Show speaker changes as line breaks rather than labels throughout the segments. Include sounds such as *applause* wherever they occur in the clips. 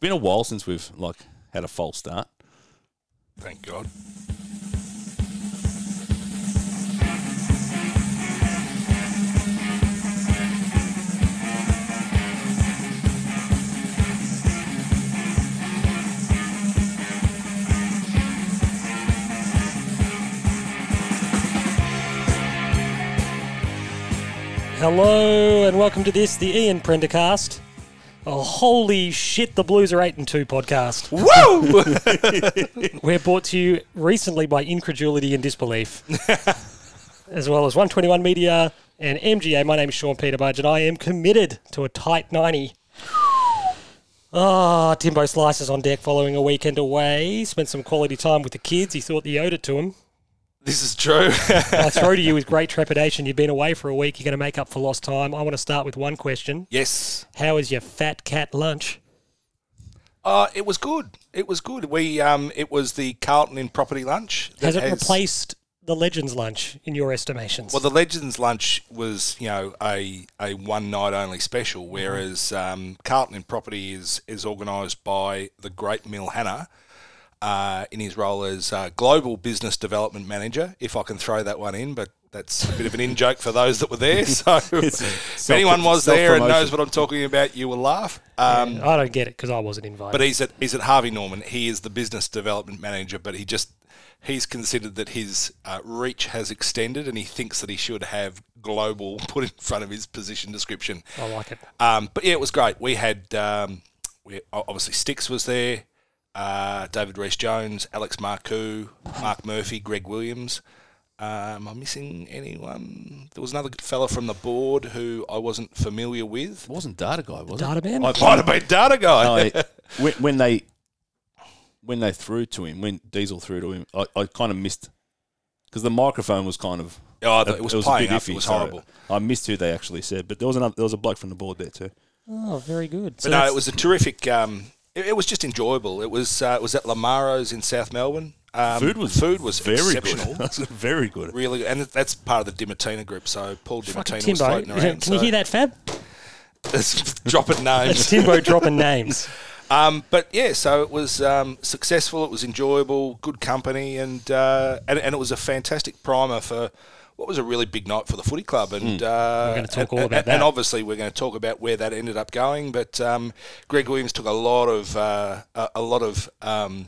been a while since we've like had a false start.
Thank God.
Hello and welcome to this, the Ian Prendercast. Oh, holy shit, the Blues are 8 and 2 podcast.
Woo!
*laughs* We're brought to you recently by Incredulity and Disbelief, as well as 121 Media and MGA. My name is Sean Peter Budge, and I am committed to a tight 90. *sighs* Ah, Timbo Slices on deck following a weekend away. Spent some quality time with the kids. He thought he owed it to them.
this is true. *laughs*
I throw to you with great trepidation. You've been away for a week. You're going to make up for lost time. I want to start with one question.
yes.
How is your fat cat lunch?
Uh, it was good. It was good. We um, it was the Carlton in property lunch. that
Has it replaced the Legends lunch in your estimations?
Well, the Legends lunch was you know a a one night only special,
Mm-hmm.
whereas um, Carlton in property is is organised by the great Mill Hannah. Uh, in his role as uh, global business development manager, if I can throw that one in, but that's a bit of an in joke for those that were there. *laughs* So,
*laughs*
if anyone was there and knows
self-promotion.
what I'm talking about, you will laugh. Um,
I don't get it because I wasn't invited.
But he's at he's at Harvey Norman. He is the business development manager, but he just he's considered that his uh, reach has extended, and he thinks that he should have global *laughs* put in front of his position description.
I like it.
Um, but yeah, it was great. We had um, we o- obviously Sticks was there, uh, David Rees Jones, Alex Marcoux, Mark Murphy, Greg Williams. Um, I'm missing anyone. There was another fella from the board who I wasn't familiar with.
It wasn't Data Guy, was
Data
it?
man.
I might have been Data Guy.
*laughs* I, when, when they when they threw to him, when Diesel threw to him, I, I kind of missed because the microphone was kind of
*laughs* Oh, I thought it was playing up. It was
so
horrible.
I missed who they actually said, but there was another there was a bloke from the board there too.
oh, very good. So
But no,
that's-
it was a terrific. Um, it, it was just enjoyable. It was uh, it was at Lamaro's in South Melbourne. Um,
food was
food was
very
exceptional.
good. *laughs* That's very good.
Really, good. and that's part of the Dimatina group. So Paul
fucking
Dimatina was
Timbo.
floating around.
Can
*laughs*
you hear that, Fab?
that? dropping names.
It's
*laughs*
Timbo dropping names.
Um, but yeah, so it was um, successful. It was enjoyable, good company, and, uh, and and it was a fantastic primer for what was a really big night for the footy club. And uh,
Hmm. We're gonna
and-
talk all
and-
about that.
And obviously, we're going to talk about where that ended up going. But um, Greg Williams took a lot of uh, a, a lot of um,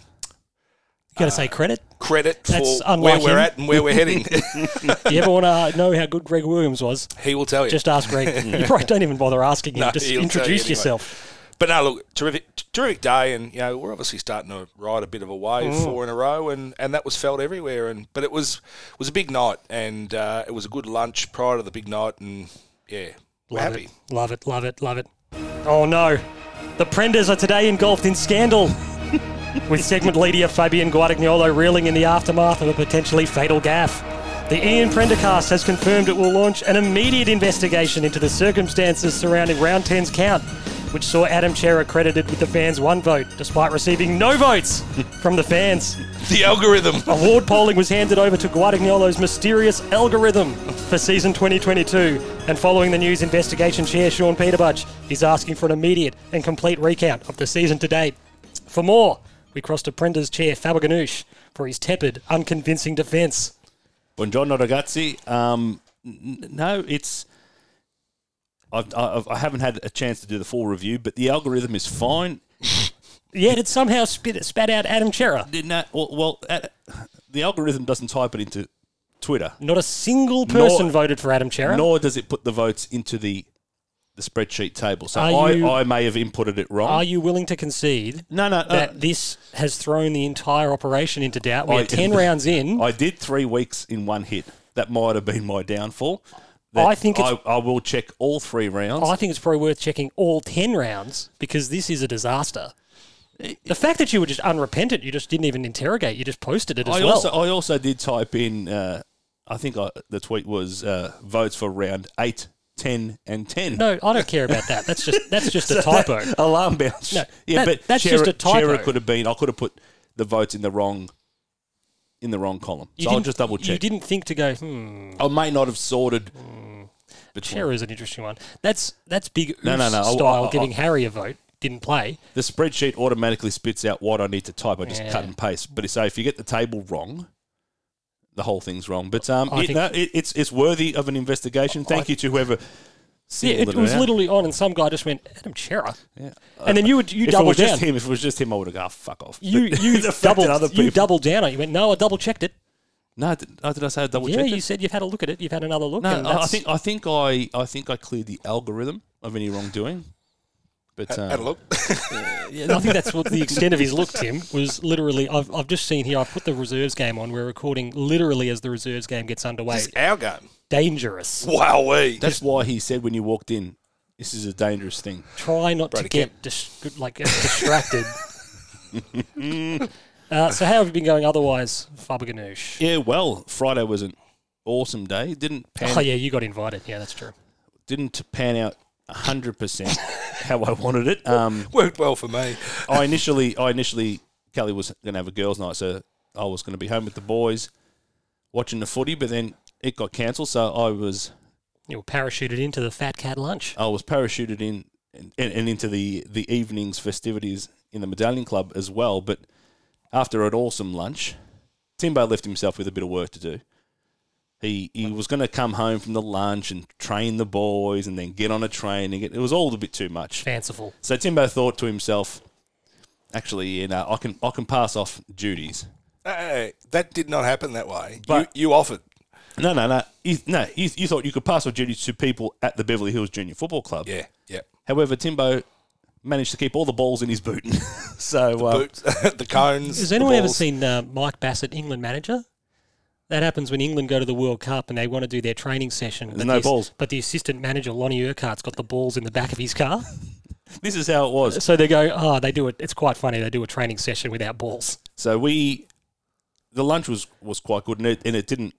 You got to say credit.
credit
That's
for where
unlike
we're
him.
at and where we're
*laughs*
heading.
Do you ever want to know how good Greg Williams was?
he will tell you.
Just ask
*laughs*
Greg. you probably don't even bother asking him.
No,
Just
he'll tell
introduce
you anyway.
yourself.
But no, look, terrific, terrific day, and you know we're obviously starting to ride a bit of a wave,
Mm.
four in a row, and, and that was felt everywhere. And but it was was a big night, and uh, it was a good lunch prior to the big night, and yeah, we're
Love
happy.
it. Love it. Love it. Love it. Oh no. The Prenders are today engulfed in scandal. With segment leader Fabian Guadagnolo reeling in the aftermath of a potentially fatal gaffe. The Ian Prendercast has confirmed it will launch an immediate investigation into the circumstances surrounding Round 10's count, which saw Adam Chera credited with the fans' one vote, despite receiving no votes from the fans.
*laughs* The algorithm.
*laughs* Award polling was handed over to Guadagnolo's mysterious algorithm for season 2022. And following the news, investigation chair Sean Peterbudge is asking for an immediate and complete recount of the season to date. For more, we crossed to Prender's chair Faber Ganoush for his tepid, unconvincing defence.
Buongiorno ragazzi. Um, n- n- no, it's I've, I've I haven't had a chance to do the full review, but the algorithm is fine.
Yet it somehow spit, spat out Adam Chera.
Did not well. well at, the algorithm doesn't type it into Twitter,
Not a single person
Nor-
voted for Adam Chera.
nor does it put the votes into the the spreadsheet table. So
Are
I,
you-
I may have inputted it wrong.
Are you willing to concede
no, no,
that
uh,
this has thrown the entire operation into doubt? We're
I- *laughs*
10 rounds in.
I did three weeks in one hit. That might have been my downfall. That
I think it's-
I, I will check all three rounds.
I think it's probably worth checking all 10 rounds because this is a disaster. The fact that you were just unrepentant, you just didn't even interrogate, you just posted it as
I
well.
also I also did type in. Uh, I think I, the tweet was uh, votes for round 8, 10, and ten.
no, I don't care about that. That's just that's
*laughs*
just a typo.
alarm bounce.
No,
*laughs* yeah,
that-
but
that's
Chera-
just a typo.
Chera could have been. I could have put the votes in the wrong in the wrong column.
You
so I'll
didn't-
just double
You
check.
didn't think to go, hmm,
I may not have sorted.
Mm. Chera is an interesting one. That's that's big
No, no,
Oos
no, I-
style
I- I-
giving Harry a vote. didn't play.
The spreadsheet automatically spits out what I need to type. I just
Yeah.
cut and paste. But so if you get the table wrong, the whole thing's wrong. But um,
I
it-
think-
no, it, it's it's worthy of an investigation. Thank you to whoever.
Yeah,
singled
it was
out.
literally on, and some guy just went Adam Chera,
Yeah.
and then you would
Uh,
you
If it
double
was just
down.
him, if it was just him, I would have gone, "Oh, fuck off. *laughs*
You
But
you
the fact that
doubled
other
you
people-
double down on. it. You went no, I double checked it.
No, did, oh, did I say I double
yeah,
checked?
you
it?
said you've had a look at it. You've had another look.
No,
and
I- I
that's-
think I think I I think I cleared the algorithm of any wrongdoing. But um,
Had a look. *laughs*
Yeah, I think that's what the extent of his look, Tim, was literally. I've, I've just seen here, I've put the reserves game on. We're recording literally as the reserves game gets underway.
it's our game.
Dangerous.
Wowee.
that's why he said when you walked in, "This is a dangerous thing."
Try not to
Brady
get dis- like uh, distracted. uh, so, how have you been going otherwise, Faberganoush?
Yeah, well, Friday was an awesome day. It Didn't pan
Oh, yeah, you got invited. Yeah, that's true.
didn't pan out hundred
*laughs*
percent how I wanted it. Um,
Worked well for me.
I initially, I initially, Kelly was going to have a girls' night, so I was going to be home with the boys watching the footy, but then it got cancelled, so I was
You were parachuted into the fat cat lunch.
I was parachuted in and, and, and into the the evening's festivities in the Medallion Club as well. But after an awesome lunch, Timbo left himself with a bit of work to do. He he was going to come home from the lunch and train the boys, and then get on a train. And get, it was all a bit too much.
Fanciful.
So Timbo thought to himself, "Actually, you know, I can I can pass off duties."
Hey, Uh, that did not happen that way.
But-
you, you offered.
No, no, no, you, no. You, you thought you could pass off duties to people at the Beverly Hills Junior Football Club.
Yeah, yeah.
However, Timbo managed to keep all the balls in his boot. *laughs* so uh,
Boots, *laughs* the cones.
Oh. Has
the
anyone ever
balls.
seen uh, Mike Bassett, England manager? That happens when England go to the World Cup and they want to do their training session. but
no
the ass-
balls.
But the assistant manager, Lonnie Urquhart's got the balls in the back of his car. *laughs*
this is how it was.
So they go, oh, they do it. It's quite funny. They do a training session without balls.
So we, the lunch was was quite good, and it and it didn't,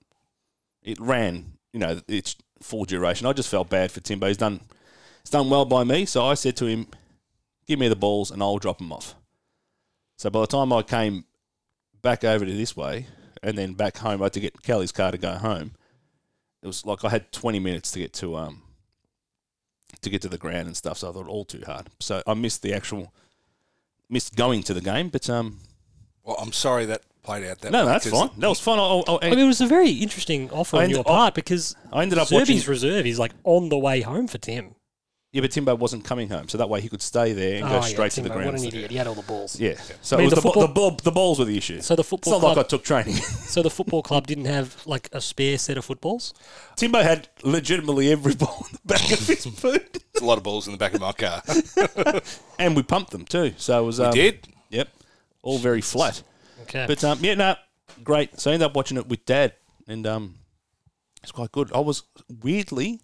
it ran. You know, it's full duration. I just felt bad for Timbo. He's done, he's done well by me. So I said to him, "Give me the balls, and I'll drop them off." So by the time I came back over to this way, and then back home, I had to get Kelly's car to go home. It was like I had twenty minutes to get to um. To get to the ground and stuff, so I thought all too hard. So I missed the actual, missed going to the game, but um,
Well, I'm sorry that played out that
no,
way.
no, that's
'cause
fine. That was fun. I, I, I-
I mean, it was a very interesting offer on
And
your
I-
part because
I ended up
Serbi's
watching.
reserve is like on the way home for Tim.
Yeah, but Timbo wasn't coming home, so that way he could stay there and
Oh,
go straight to
Timbo,
the ground.
What an
So-
idiot. He had all the balls.
Yeah. So
I mean,
it was the,
the
bo-
football-
the, ball, the balls were the issue.
So the
it's
football
not
club,
like I took training. *laughs*
so the football club didn't have like a spare set of footballs.
Timbo had legitimately every *laughs* ball in the back of his boot,
There's a lot of balls in the back of my car.
*laughs*
and we pumped them too. So it was. Um,
Did.
Yep. All very flat.
Okay,
But um, yeah, no, great. So I ended up watching it with Dad, and um, it's quite good. I was weirdly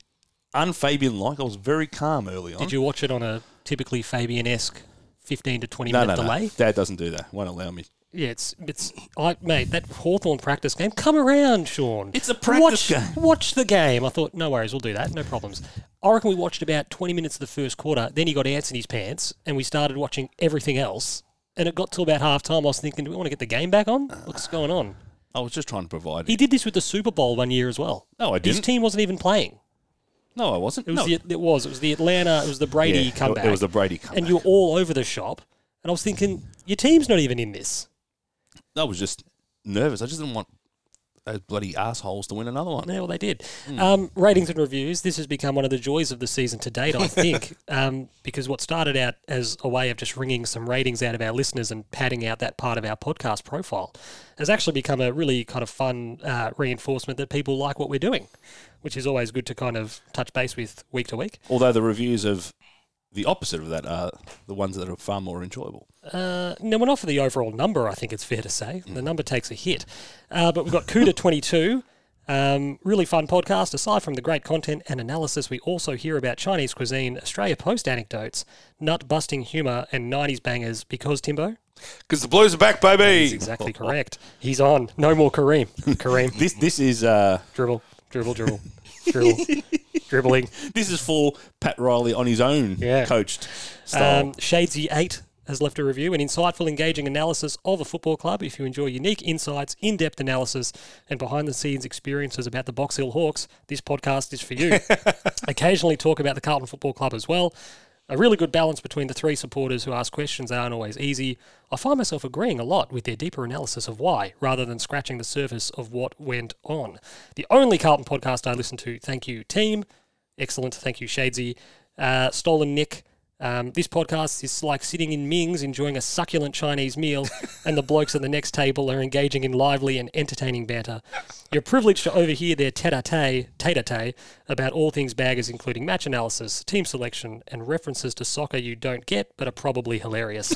unfabian like. I was very calm early on.
did you watch it on a typically Fabian-esque fifteen to twenty
No,
minute
no, no.
delay?
Dad doesn't do that. Won't allow me.
Yeah, it's it's I mate that Hawthorn practice game. Come around, Sean.
It's a practice
watch,
game.
Watch the game. I thought, no worries, we'll do that, no problems. I reckon we watched about twenty minutes of the first quarter. Then he got ants in his pants, and we started watching everything else. And it got to about half time. I was thinking, do we want to get the game back on? What's going on?
I was just trying to provide.
He did this with the Super Bowl one year as well.
No, I
His
didn't.
team wasn't even playing.
No, I wasn't.
It was
no.
the, it was it was the Atlanta. It was the Brady
Yeah, it-
comeback.
It was the Brady comeback.
and you were all over the shop. And I was thinking, your team's not even in this.
I was just nervous. I just didn't want those bloody assholes to win another one.
Yeah, well, they did. Um, ratings and reviews. This has become one of the joys of the season to date, I think, um, because what started out as a way of just wringing some ratings out of our listeners and padding out that part of our podcast profile has actually become a really kind of fun uh, reinforcement that people like what we're doing, which is always good to kind of touch base with week to week.
Although the reviews of the opposite of that are the ones that are far more enjoyable.
Uh, no, we're not for the overall number, I think it's fair to say. The number takes a hit. Uh, but we've got CUDA 22. Um, really fun podcast. Aside from the great content and analysis, we also hear about Chinese cuisine, Australia Post anecdotes, nut busting humour, and 90s bangers because Timbo?
Because the Blues are back,
He's
baby.
exactly correct. He's on. No more Kareem. Kareem. *laughs*
This this is uh,
dribble, dribble, dribble, dribble, dribbling.
this is for Pat Riley on his own
Yeah.
coached style.
Um, Shadesy8 has left a review, an insightful, engaging analysis of a football club. If you enjoy unique insights, in depth analysis, and behind the scenes experiences about the Box Hill Hawks, this podcast is for you. Occasionally talk about the Carlton Football Club as well. a really good balance between the three supporters who ask questions that aren't always easy. I find myself agreeing a lot with their deeper analysis of why, rather than scratching the surface of what went on. The only Carlton podcast I listen to, thank you, team. Excellent, thank you, Shadesy. Uh, Stolen Nick. Um, this podcast is like sitting in Ming's enjoying a succulent Chinese meal, and the blokes at the next table are engaging in lively and entertaining banter. You're privileged to overhear their tete-a-tete, tete-a-tete about all things baggers, including match analysis, team selection, and references to soccer you don't get but are probably hilarious.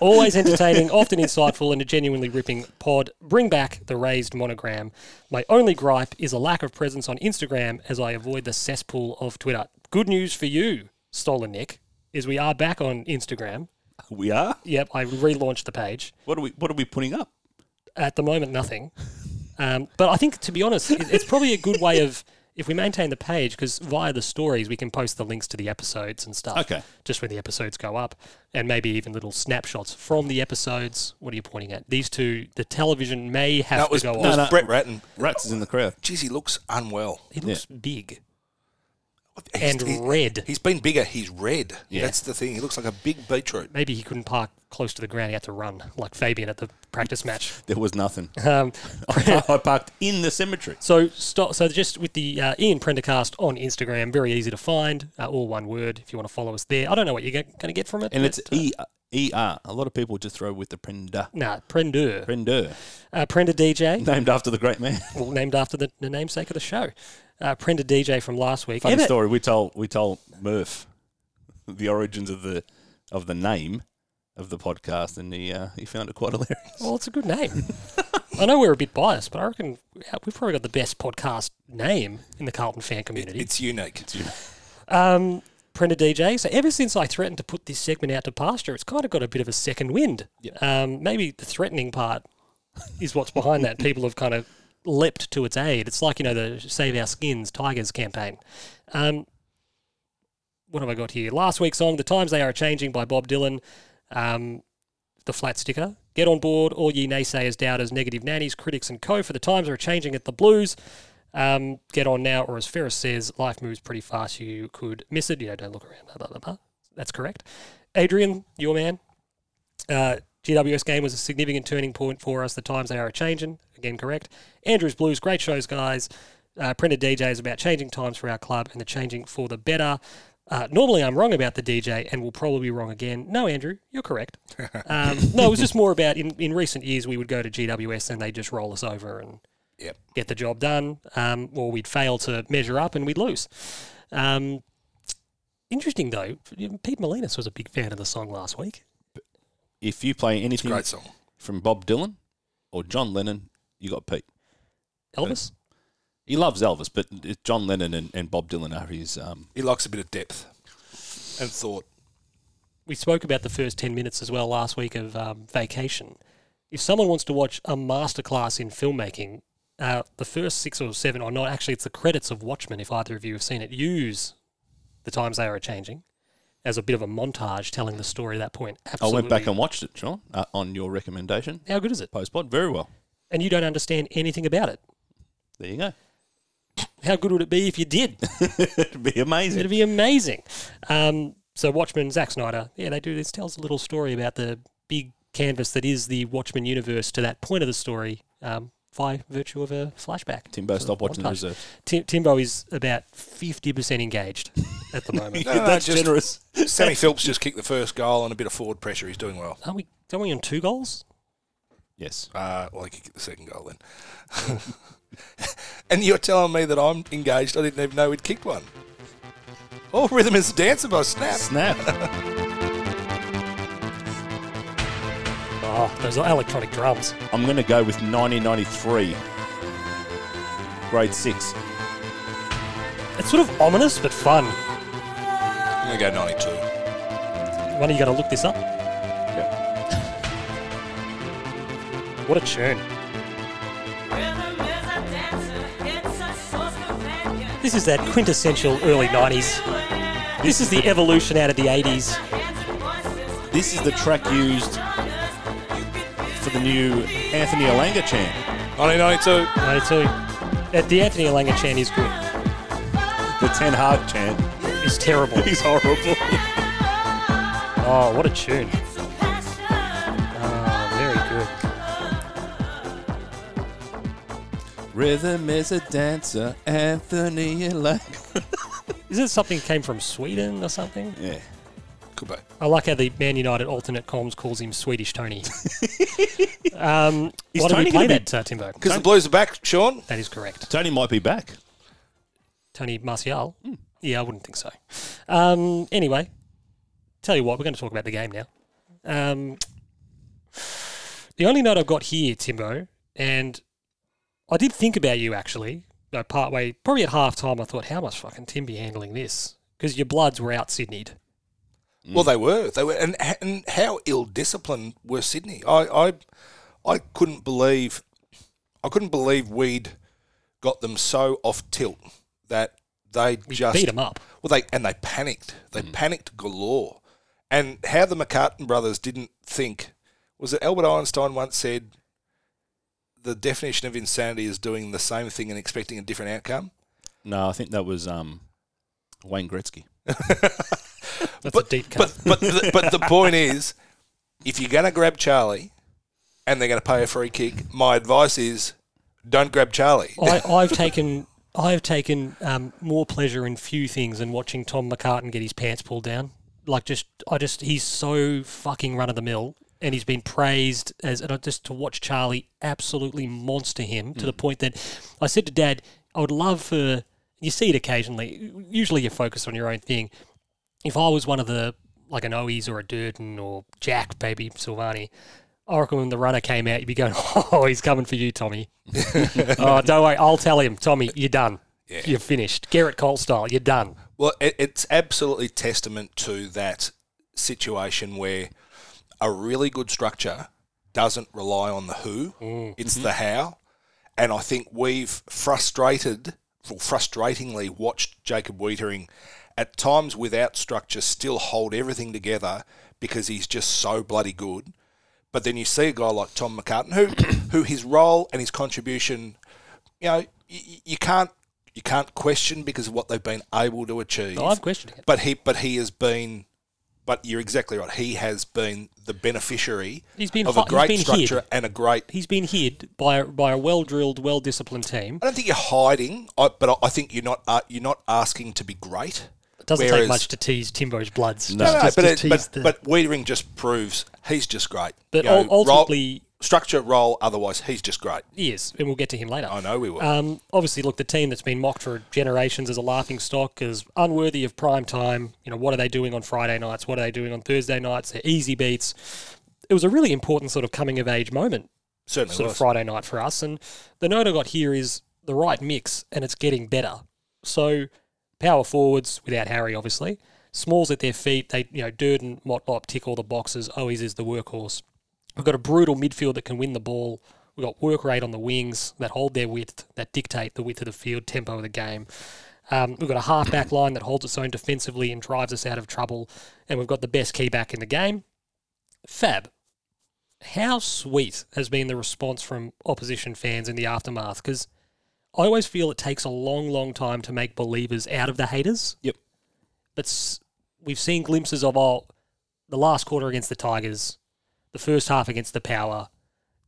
Always entertaining, often insightful, and a genuinely ripping pod. Bring back the raised monogram. My only gripe is a lack of presence on Instagram as I avoid the cesspool of Twitter. Good news for you, Stolen Nick, is we are back on Instagram.
We are.
Yep, I relaunched the page.
What are we? What are we putting up?
At the moment, nothing. Um, but I think, to be honest, it, it's probably a good way of if we maintain the page because via the stories we can post the links to the episodes and stuff.
Okay.
Just when the episodes go up, and maybe even little snapshots from the episodes. What are you pointing at? These two, the television may have
That was,
to go
that
on.
was
no.
Brett Ratton.
Rats is in the crowd.
Geez, he looks unwell.
He looks big
He's-
and
*laughs* he-
red.
He's been bigger. He's red.
Yeah.
That's the thing. He looks like a big beetroot.
Maybe he couldn't park close to the ground. He had to run like Fabian at the
*laughs*
practice match.
There was
*laughs*
nothing.
Um,
I parked in the cemetery.
So, stop, so just with the uh, Ian Prendercast on Instagram, very easy to find, uh, all one word. If you want to follow us there, I don't know what you're going to get from it.
And it's
but, uh,
E E R. A lot of people just throw with the Prender.
nah, Prender,
Prender,
uh,
*laughs*
Prender DJ,
named after the great man.
well, named after the, the namesake of the show, uh, Prender DJ from last week.
Funny
Ever-
story. We told we told Murph *laughs* the origins of the of the name of the podcast, and he uh, he found it quite *laughs* hilarious.
Well, it's a
*laughs*
good name. I know we're a bit biased, but I reckon uh, we've probably got the best podcast name in the Carlton fan community.
It's unique.
um, Prenda DJ. So ever since I threatened to put this segment out to pasture, it's kind of got a bit of a second wind. Um, maybe the threatening part is what's behind that. People have kind of leapt to its aid. It's like you know the Save Our Skins Tigers campaign. Um, what have I got here? Last week's song, "The Times They Are Changing" by Bob Dylan. Um, the flat sticker. Get on board, all ye naysayers, doubters, negative nannies, critics, and co. For the times are changing at the Blues. Um, get on now, or as Ferris says, life moves pretty fast. You could miss it. You know, don't look around. Blah, blah, blah, blah. That's correct. Adrian, your man. Uh, GWS game was a significant turning point for us. The times they are a changing. Again, correct. Andrews Blues, great shows, guys. Uh, Printed DJ is about changing times for our club and the changing for the better. Uh, normally, I'm wrong about the DJ and will probably be wrong again. No, Andrew, you're correct. Um, no, it was just more about in, in recent years we would go to GWS and they just roll us over and
Yep.
get the job done, um, or we'd fail to measure up and we'd lose. Um, interesting though, Pete Molinas was a big fan of the song last week.
If you play anything
Great song.
from Bob Dylan or John Lennon, you got Pete.
Elvis,
He loves Elvis, but it- John Lennon and, and Bob Dylan are his. Um,
He likes a bit of depth and thought.
we spoke about the first ten minutes as well last week of um, Vacation. If someone wants to watch a masterclass in filmmaking, uh, the first six or seven, or not actually, it's the credits of Watchmen. If either of you have seen it, use the times they are changing as a bit of a montage telling the story at that point.
I
Absolutely.
went back and watched it, Sean, uh, on your recommendation.
how good is it?
Post pod, very well.
And you don't understand anything about it.
There you go.
How good would it be if you did?
*laughs* It'd be amazing.
It'd be amazing. Um, so Watchmen, Zack Snyder, yeah, they do this. Tells a little story about the big canvas that is the Watchmen universe to that point of the story um, by virtue of a flashback.
Timbo,
Sort of
stop watching the
montage.
reserves.
Tim- Timbo is about fifty percent engaged at
*laughs*
the moment. *laughs*
No, no,
That's
just-
generous.
Sammy Phelps just kicked the first goal and a bit of forward pressure. He's doing well.
Aren't we? Aren't we on two goals?
Yes.
Uh, well, he kicked the second goal then. *laughs* and you're telling me that I'm engaged. I didn't even know he'd kicked one. Oh, Rhythm is a Dancer by Snap.
Snap.
Oh, those are electronic drums.
I'm going to go with 1993, grade six.
It's sort of ominous but fun.
I'm going to go 92.
When are you going to look this up? What a tune!
Rhythm is a dancer, it's a source companion.
This is that quintessential early '90s. This is the evolution out of the 80s.
This is the track used for the new Anthony Alanga chant.
1992.
92. At the Anthony Langer chant is good.
The 10 hard chant. *laughs*
is terrible.
He's horrible.
Oh, what a tune.
Passion,
Oh, very good.
Rhythm is a dancer, Anthony Lane.
Is it something that came from Sweden or something?
Yeah.
Could be.
I like how the Man United alternate comms calls him
*laughs*
Swedish Tony. um,
Is
why did
Tony
we play
gonna be-
that, uh, Timbo?
Because the Blues are back, Sean.
That is correct.
Tony might be back.
Tony Martial?
Hmm.
Yeah, I wouldn't think so. Um, anyway, tell you what, we're going to talk about the game now. Um, the only note I've got here, Timbo, and I did think about you actually, though partway, probably at half time, I thought, how must fucking Tim be handling this? Because your bloods were out Sydneyed.
Well, they were. They were, and, and how ill disciplined were Sydney? I, I, I couldn't believe, I couldn't believe we'd got them so off tilt that they
We
just
beat them up.
Well, they and they panicked. They panicked galore. And how the McCartan brothers didn't think was that Albert Einstein once said, "The definition of insanity is doing the same thing and expecting a different outcome."
No, I think that was um, Wayne Gretzky.
That's a
but,
deep cut.
but but the, but
*laughs*
the point is, if you're going to grab Charlie, and they're going to pay a free kick, my advice is, don't grab Charlie.
I, I've taken I've taken um, more pleasure in few things than watching Tom McCartan get his pants pulled down. Like just I just he's so fucking run of the mill, and he's been praised as and I just to watch Charlie absolutely monster him to the point that I said to Dad, I would love for you see it occasionally. Usually you're focused on your own thing. If I was one of the like an Owies or a Durden or Jack, baby Silvani. I reckon when the runner came out, you'd be going, *laughs* "Oh, he's coming for you, Tommy." oh, don't worry. I'll tell him, Tommy, you're done. You're finished. Garrett Cole style, you're done.
Well, it, it's absolutely testament to that situation where a really good structure doesn't rely on the who, it's the how. And I think we've frustrated, well, frustratingly watched Jacob Wietering at times without structure still hold everything together because he's just so bloody good. But then you see a guy like Tom McCartan, who, *coughs* who his role and his contribution, you know, you, you can't you can't question because of what they've been able to achieve.
No, I'm questioning it.
But he, but he has been, but you're exactly right. He has been the beneficiary
He's been
of
hi-
a
he's
great
been
structure
hid.
and a great.
He's been hid by a, by a well drilled, well disciplined team.
I don't think you're hiding, I, but I, I think you're not. Uh, you're not asking to be great.
It doesn't take
Whereas-
much to tease Timbo's bloods.
No.
No, no,
Just
but
to
it,
tease
but,
the-
but Wiedering just proves he's just great.
But
You know,
ul-
role-
ultimately-
structure role. Otherwise, he's just great.
He is, and we'll get to him later.
I know we will.
Um, obviously, look, the team that's been mocked for generations as a laughing stock is unworthy of prime time. You know, what are they doing on Friday nights? What are they doing on Thursday nights? They're easy beats. It was a really important sort of coming of age moment
Certainly
sort
was.
of Friday night for us. And the note I got here is the right mix, and it's getting better. So power forwards without Harry, obviously. Smalls at their feet. They, you know, Durden, Motlop tick all the boxes. Owies is the workhorse. We've got a brutal midfield that can win the ball. We've got work rate on the wings that hold their width, that dictate the width of the field, tempo of the game. Um, we've got a half back line that holds its own defensively and drives us out of trouble. And we've got the best key back in the game. Fab how sweet has been the response from opposition fans in the aftermath? Because I always feel it takes a long, long time to make believers out of the haters.
Yep.
But s- we've seen glimpses of oh, the last quarter against the Tigers, the first half against the Power,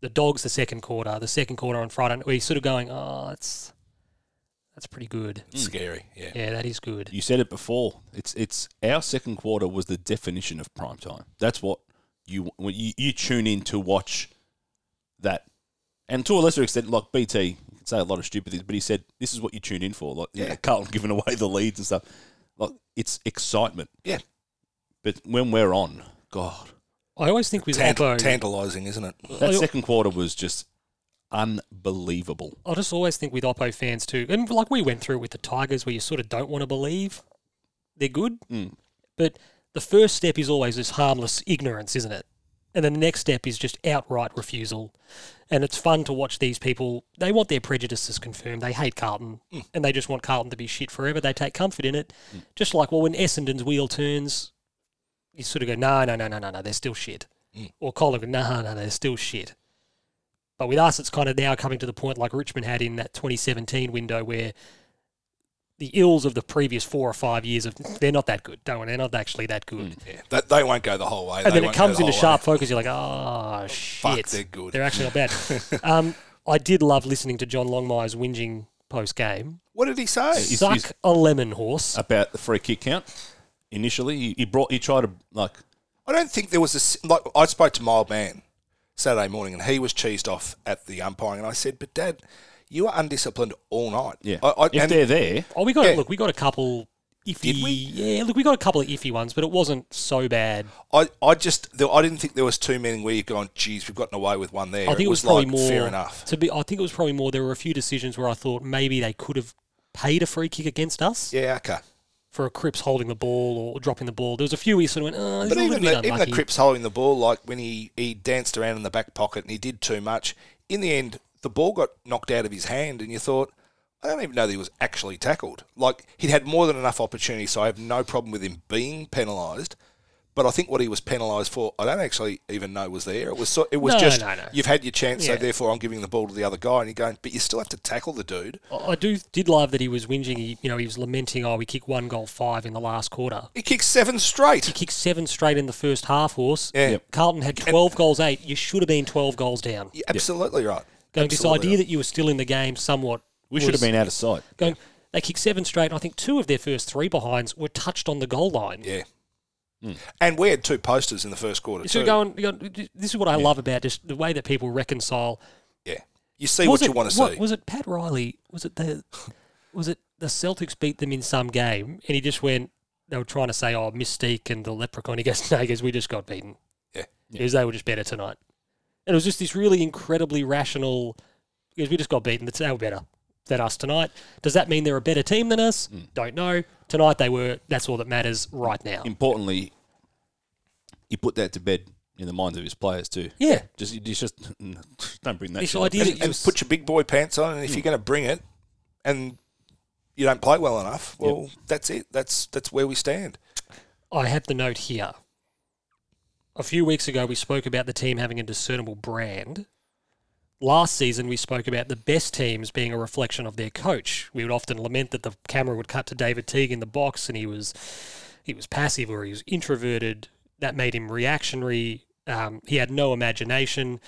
the Dogs the second quarter, the second quarter on Friday. We're sort of going, oh, that's that's pretty good.
Mm.
Scary. Yeah.
Yeah, that is good.
You said it before. It's it's our second quarter was the definition of prime time. That's what you when you, you tune in to watch that, and to a lesser extent, like BT you can say a lot of stupid things, but he said this is what you tune in for. Like yeah, Carlton *laughs* giving away the leads and stuff. Like it's excitement,
Yeah.
but when we're on, God,
I always think with
Tant-
Robbo,
tantalizing, isn't it?
that
I-
second quarter was just unbelievable.
I just always think with Oppo fans too, and like we went through it with the Tigers, where you sort of don't want to believe they're good, but the first step is always this harmless ignorance, isn't it? And then the next step is just outright refusal. And it's fun to watch these people. They want their prejudices confirmed. They hate Carlton, and they just want Carlton to be shit forever. They take comfort in it, just like well, when Essendon's wheel turns, you sort of go, no, no, no, no, no, no, they're still shit. Or Colin, go, no, no, they're still shit. But with us, it's kind of now coming to the point like Richmond had in that 2017 window where the ills of the previous four or five years of they're not that good. Don't they're not actually that good.
Mm. Yeah, they, they won't go the whole way.
And
They
then it
won't
comes
go the
into
whole
sharp
way.
focus. You're like, oh shit,
they're good."
They're actually not
*laughs*
bad. um, I did love listening to John Longmire's whinging post game.
What did he say?
He's-
Suck
he's-
a lemon
Uh,
horse.
about the free kick count. Initially, he, he brought he tried to like
I don't think there was a s- like. I spoke to my old man Saturday morning, and he was cheesed off at the umpiring, and I said, "But Dad, you were undisciplined all night."
yeah.
I, I,
if
and-
they're there,
Oh, we got
Yeah.
look. We got a couple iffy.
Did we?
Yeah, look, we got a couple of iffy ones, but it wasn't so bad.
I, I just there, I didn't think there was too many where you've gone, geez, we've gotten away with one there.
I think it was, probably
like,
more
fair enough.
To be, I think it was probably more. There were a few decisions where I thought maybe they could have paid a free kick against us
Yeah, okay.
for a Cripps holding the ball or dropping the ball. There was a few we sort of went, oh, this
But
is a
even
little bit
the, even the
unlucky.
Crips holding the ball, like when he, he danced around in the back pocket and he did too much, in the end, the ball got knocked out of his hand, and you thought, I don't even know that he was actually tackled. Like, he'd had more than enough opportunity, so I have no problem with him being penalised. But I think what he was penalised for, I don't actually even know was there. It was so, it was
No,
just
no, no.
you've had your chance,
Yeah.
so therefore I'm giving the ball to the other guy, and you're going, but you still have to tackle the dude.
I I do did love that he was whinging. He, you know, he was lamenting. Oh, we kicked one goal five in the last quarter.
He kicked seven straight.
He kicked seven straight in the first half. Horse.
Yeah. Yep.
Carlton had twelve goals eight. You should have been twelve goals down.
You're absolutely right.
Going this
Absolutely
idea
right.
that you were still in the game somewhat.
we should have
was-
been out of sight.
going. They kicked seven straight. And I think two of their first three behinds were touched on the goal line.
Yeah. And we had two posters in the first quarter.
So
Too.
you're Hmm. going, you're going, this is what I love about just the way that people reconcile.
yeah. You see
Was
what
it-
you want to
what-
see.
Was it Pat Riley? Was it the was it the Celtics beat them in some game, and he just went. They were trying to say, "Oh, Mystique and the Leprechaun." *laughs* He goes, "No, he goes, we just got beaten.
Yeah.
Because they were just better tonight." And it was just this really incredibly rational. Because we just got beaten. That's- They were better than us tonight. Does that mean they're a better team than us?
Mm.
Don't know. Tonight they were. That's all that matters right now.
Importantly, he put that to bed in the minds of his players too.
Yeah.
Just you just *laughs* don't bring that.
This
shit up. *laughs*
idea
and
that you
and
was-
put your big boy pants on, and
Hmm.
if you're going to bring it, and you don't play well enough, well, that's it. That's that's where we stand.
I had the note here. A few weeks ago, we spoke about the team having a discernible brand. Last season, we spoke about the best teams being a reflection of their coach. We would often lament that the camera would cut to David Teague in the box, and he was he was passive or he was introverted. That made him reactionary. Um, he had no imagination.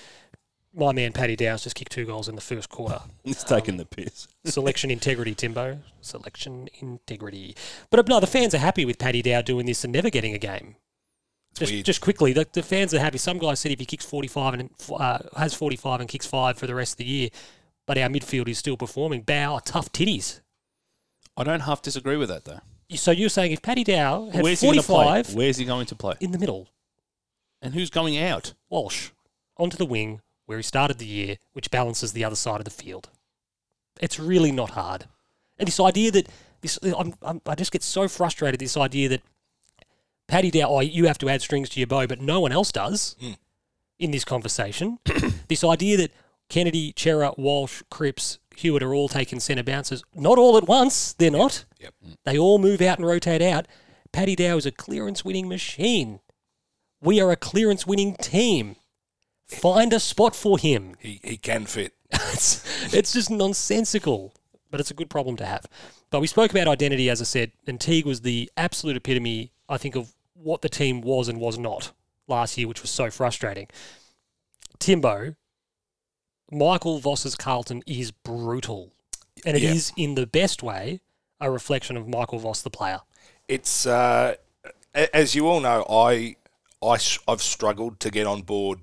My man Paddy Downs just kicked two goals in the first quarter.
It's taking the piss.
Selection integrity, Timbo. Selection integrity. But no, the fans are happy with Paddy Dow doing this and never getting a game. Just,
weird.
just quickly, the, the fans are happy. Some guy said if he kicks 45 and uh, has 45 and kicks five for the rest of the year, but our midfield is still performing. Bow are tough titties.
I don't half disagree with that though.
So you're saying if Paddy Dow had
Where's he going to play?
45
Where's he going to play?
in the middle,
And who's going out?
Walsh onto the wing where he started the year, which balances the other side of the field. It's really not hard. And this idea that this, I'm, I'm, I just get so frustrated. This idea that Paddy Dow, oh, you have to add strings to your bow, but no one else does
Hmm.
in this conversation. *coughs* this idea that Kennedy, Chera, Walsh, Cripps, Hewitt are all taking centre bounces, not all at once. They're not.
Yep. Hmm.
They all move out and rotate out. Paddy Dow is a clearance winning machine. We are a clearance winning team. Find a spot for him. *laughs*
He he can fit.
it's, it's just nonsensical, but it's a good problem to have. But we spoke about identity, as I said, and Teague was the absolute epitome, I think, of what the team was and was not last year, which was so frustrating. Timbo, Michael Voss's Carlton is brutal, and it is
Yeah.
in the best way a reflection of Michael Voss, the player.
It's uh, a- as you all know, I I s- I've struggled to get on board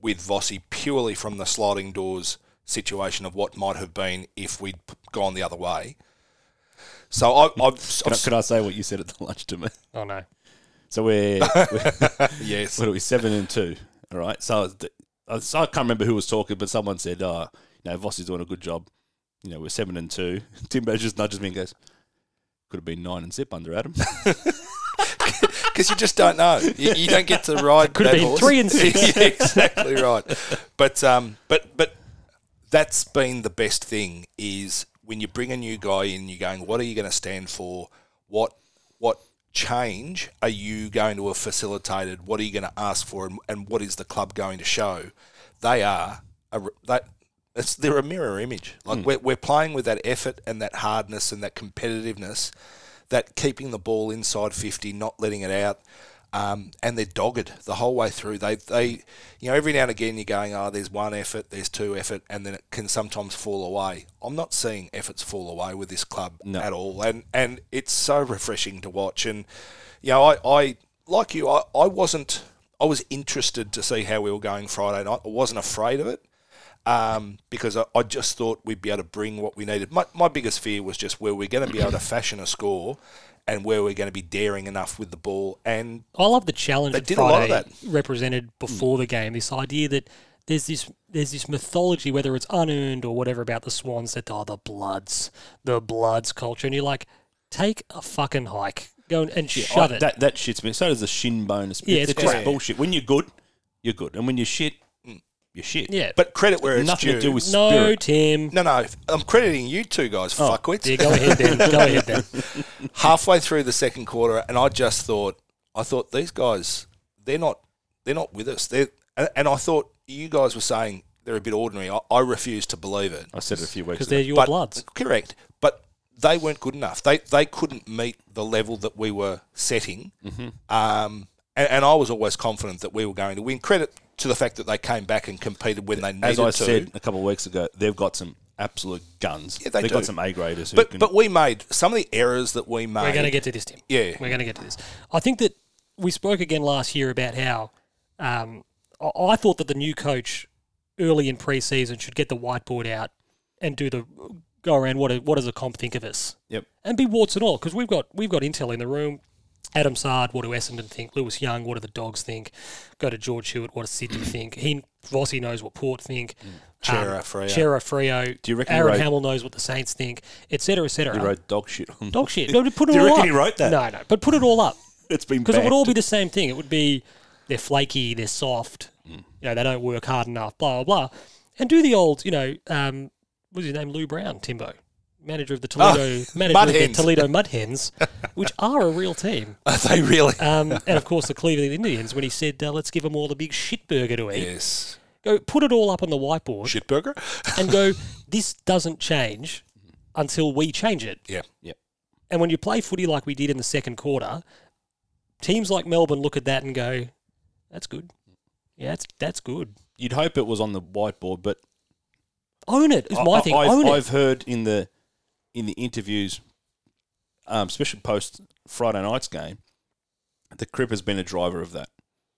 with Vossi purely from the sliding doors situation of what might have been if we'd p- gone the other way. So I, I've, I've
Can I, can I say what you said at the lunch to me?
Oh no,
So *laughs* we're, we're
yes,
what are we seven and two? All right. So, th- I- so I can't remember who was talking, but someone said, "Oh, you know, Voss is doing a good job." You know, we're seven and two. *laughs* Timbo just nudges me and goes, "Could have been nine and zip under Adam."
because you just don't know. You, you don't get
*laughs*
to ride.
Could have
that
been
horse.
three and
*laughs*
six.
Yeah, exactly right. But um, but but that's been the best thing is when you bring a new guy in, you're going, what are you going to stand for? What what change are you going to have facilitated? What are you going to ask for? And, and what is the club going to show? They are a, re- that It's they're a mirror image.
Hmm.
Like we're we're playing with that effort and that hardness and that competitiveness, that keeping the ball inside fifty, not letting it out. Um, and they're dogged the whole way through. They, they, you know, every now and again you're going, oh, there's one effort, there's two effort, and then it can sometimes fall away. I'm not seeing efforts fall away with this club at all, and and it's so refreshing to watch. And you know, I, I like you, I, I wasn't, I was interested to see how we were going Friday night. I wasn't afraid of it um, because I, I just thought we'd be able to bring what we needed. My, my biggest fear was just where we're going to be
*clears throat*
able to fashion a score and where we're going to be daring enough with the ball. And
I love the challenge
They
that
did a lot of
Friday represented before the game. This idea that there's this there's this mythology, whether it's unearned or whatever, about the Swans that are the Bloods, the Bloods culture, and you're like, take a fucking hike, go and, and shut
I-
it.
That, that shits me. So does the shin bonus.
Yeah,
it's,
it's
just
crap.
bullshit. When you're good, you're good, and when you're shit,
Mm.
you're shit.
yeah,
but credit where it's
nothing
due.
to do with
no,
spirit.
Tim.
no, no, I'm crediting you two guys.
Oh,
fuckwits.
Yeah, go ahead then. Go ahead then.
*laughs* halfway through the second quarter, and I just thought, I thought these guys, they're not, they're not with us. They and, and I thought you guys were saying they're a bit ordinary. I, I refuse to believe it.
I said it a few weeks *laughs*
Because
ago.
they're your
But-
Bloods.
Correct, but they weren't good enough. They they couldn't meet the level that we were setting.
Mm-hmm.
Um, and, and I was always confident that we were going to win. Credit to the fact that they came back and competed when they needed
As I
to.
said a couple of weeks ago, they've got some absolute guns.
Yeah, they
have got
do.
some A graders. who
but
can-
but we made some of the errors that we made.
We're going to get to this, Tim.
Yeah.
We're going to get to this. I think that we spoke again last year about how um, I, I thought that the new coach early in preseason should get the whiteboard out and do the go around. What, do- what does the comp think of us?
yep.
and be warts and all because we've got we've got intel in the room. Adam Sard, what do Essendon think? Lewis Young, what do the Dogs think? Go to George Hewitt, what does Sydney think? He Vossi knows what Port think. Um,
Chera, Freo.
Chera Freo.
Do you reckon he
Aaron
wrote-
Hamill knows what the Saints think, et cetera, et cetera.
He wrote dog shit on
Dog shit. No, put it
Do you
all
reckon
up.
he wrote that?
No, no, but put it all up
*laughs* It's been
because it would
banned.
all be the same thing. It would be they're flaky, they're soft, you know, they don't work hard enough, blah blah blah, and do the old, you know, um, what's his name, Lou Brown, Timbo, manager of the Toledo,
Ah,
*laughs* manager
Mud
of the
Hens.
Toledo Mud Hens,
*laughs*
which are a real team,
*laughs* they really?
um, and of course the Cleveland Indians when he said, uh, "Let's give them all a big shit burger to eat."
yes.
Go put it all up on the whiteboard
Shitburger. *laughs*
and go. This doesn't change until we change it.
yeah.
Yep.
And when you play footy like we did in the second quarter, teams like Melbourne look at that and go, "That's good. Yeah, that's that's good.
You'd hope it was on the whiteboard, but
Own it is my
I-
thing.
I've,
Own
I've
it.
heard in the in the interviews, um, especially post Friday night's game, the Crip has been a driver of that,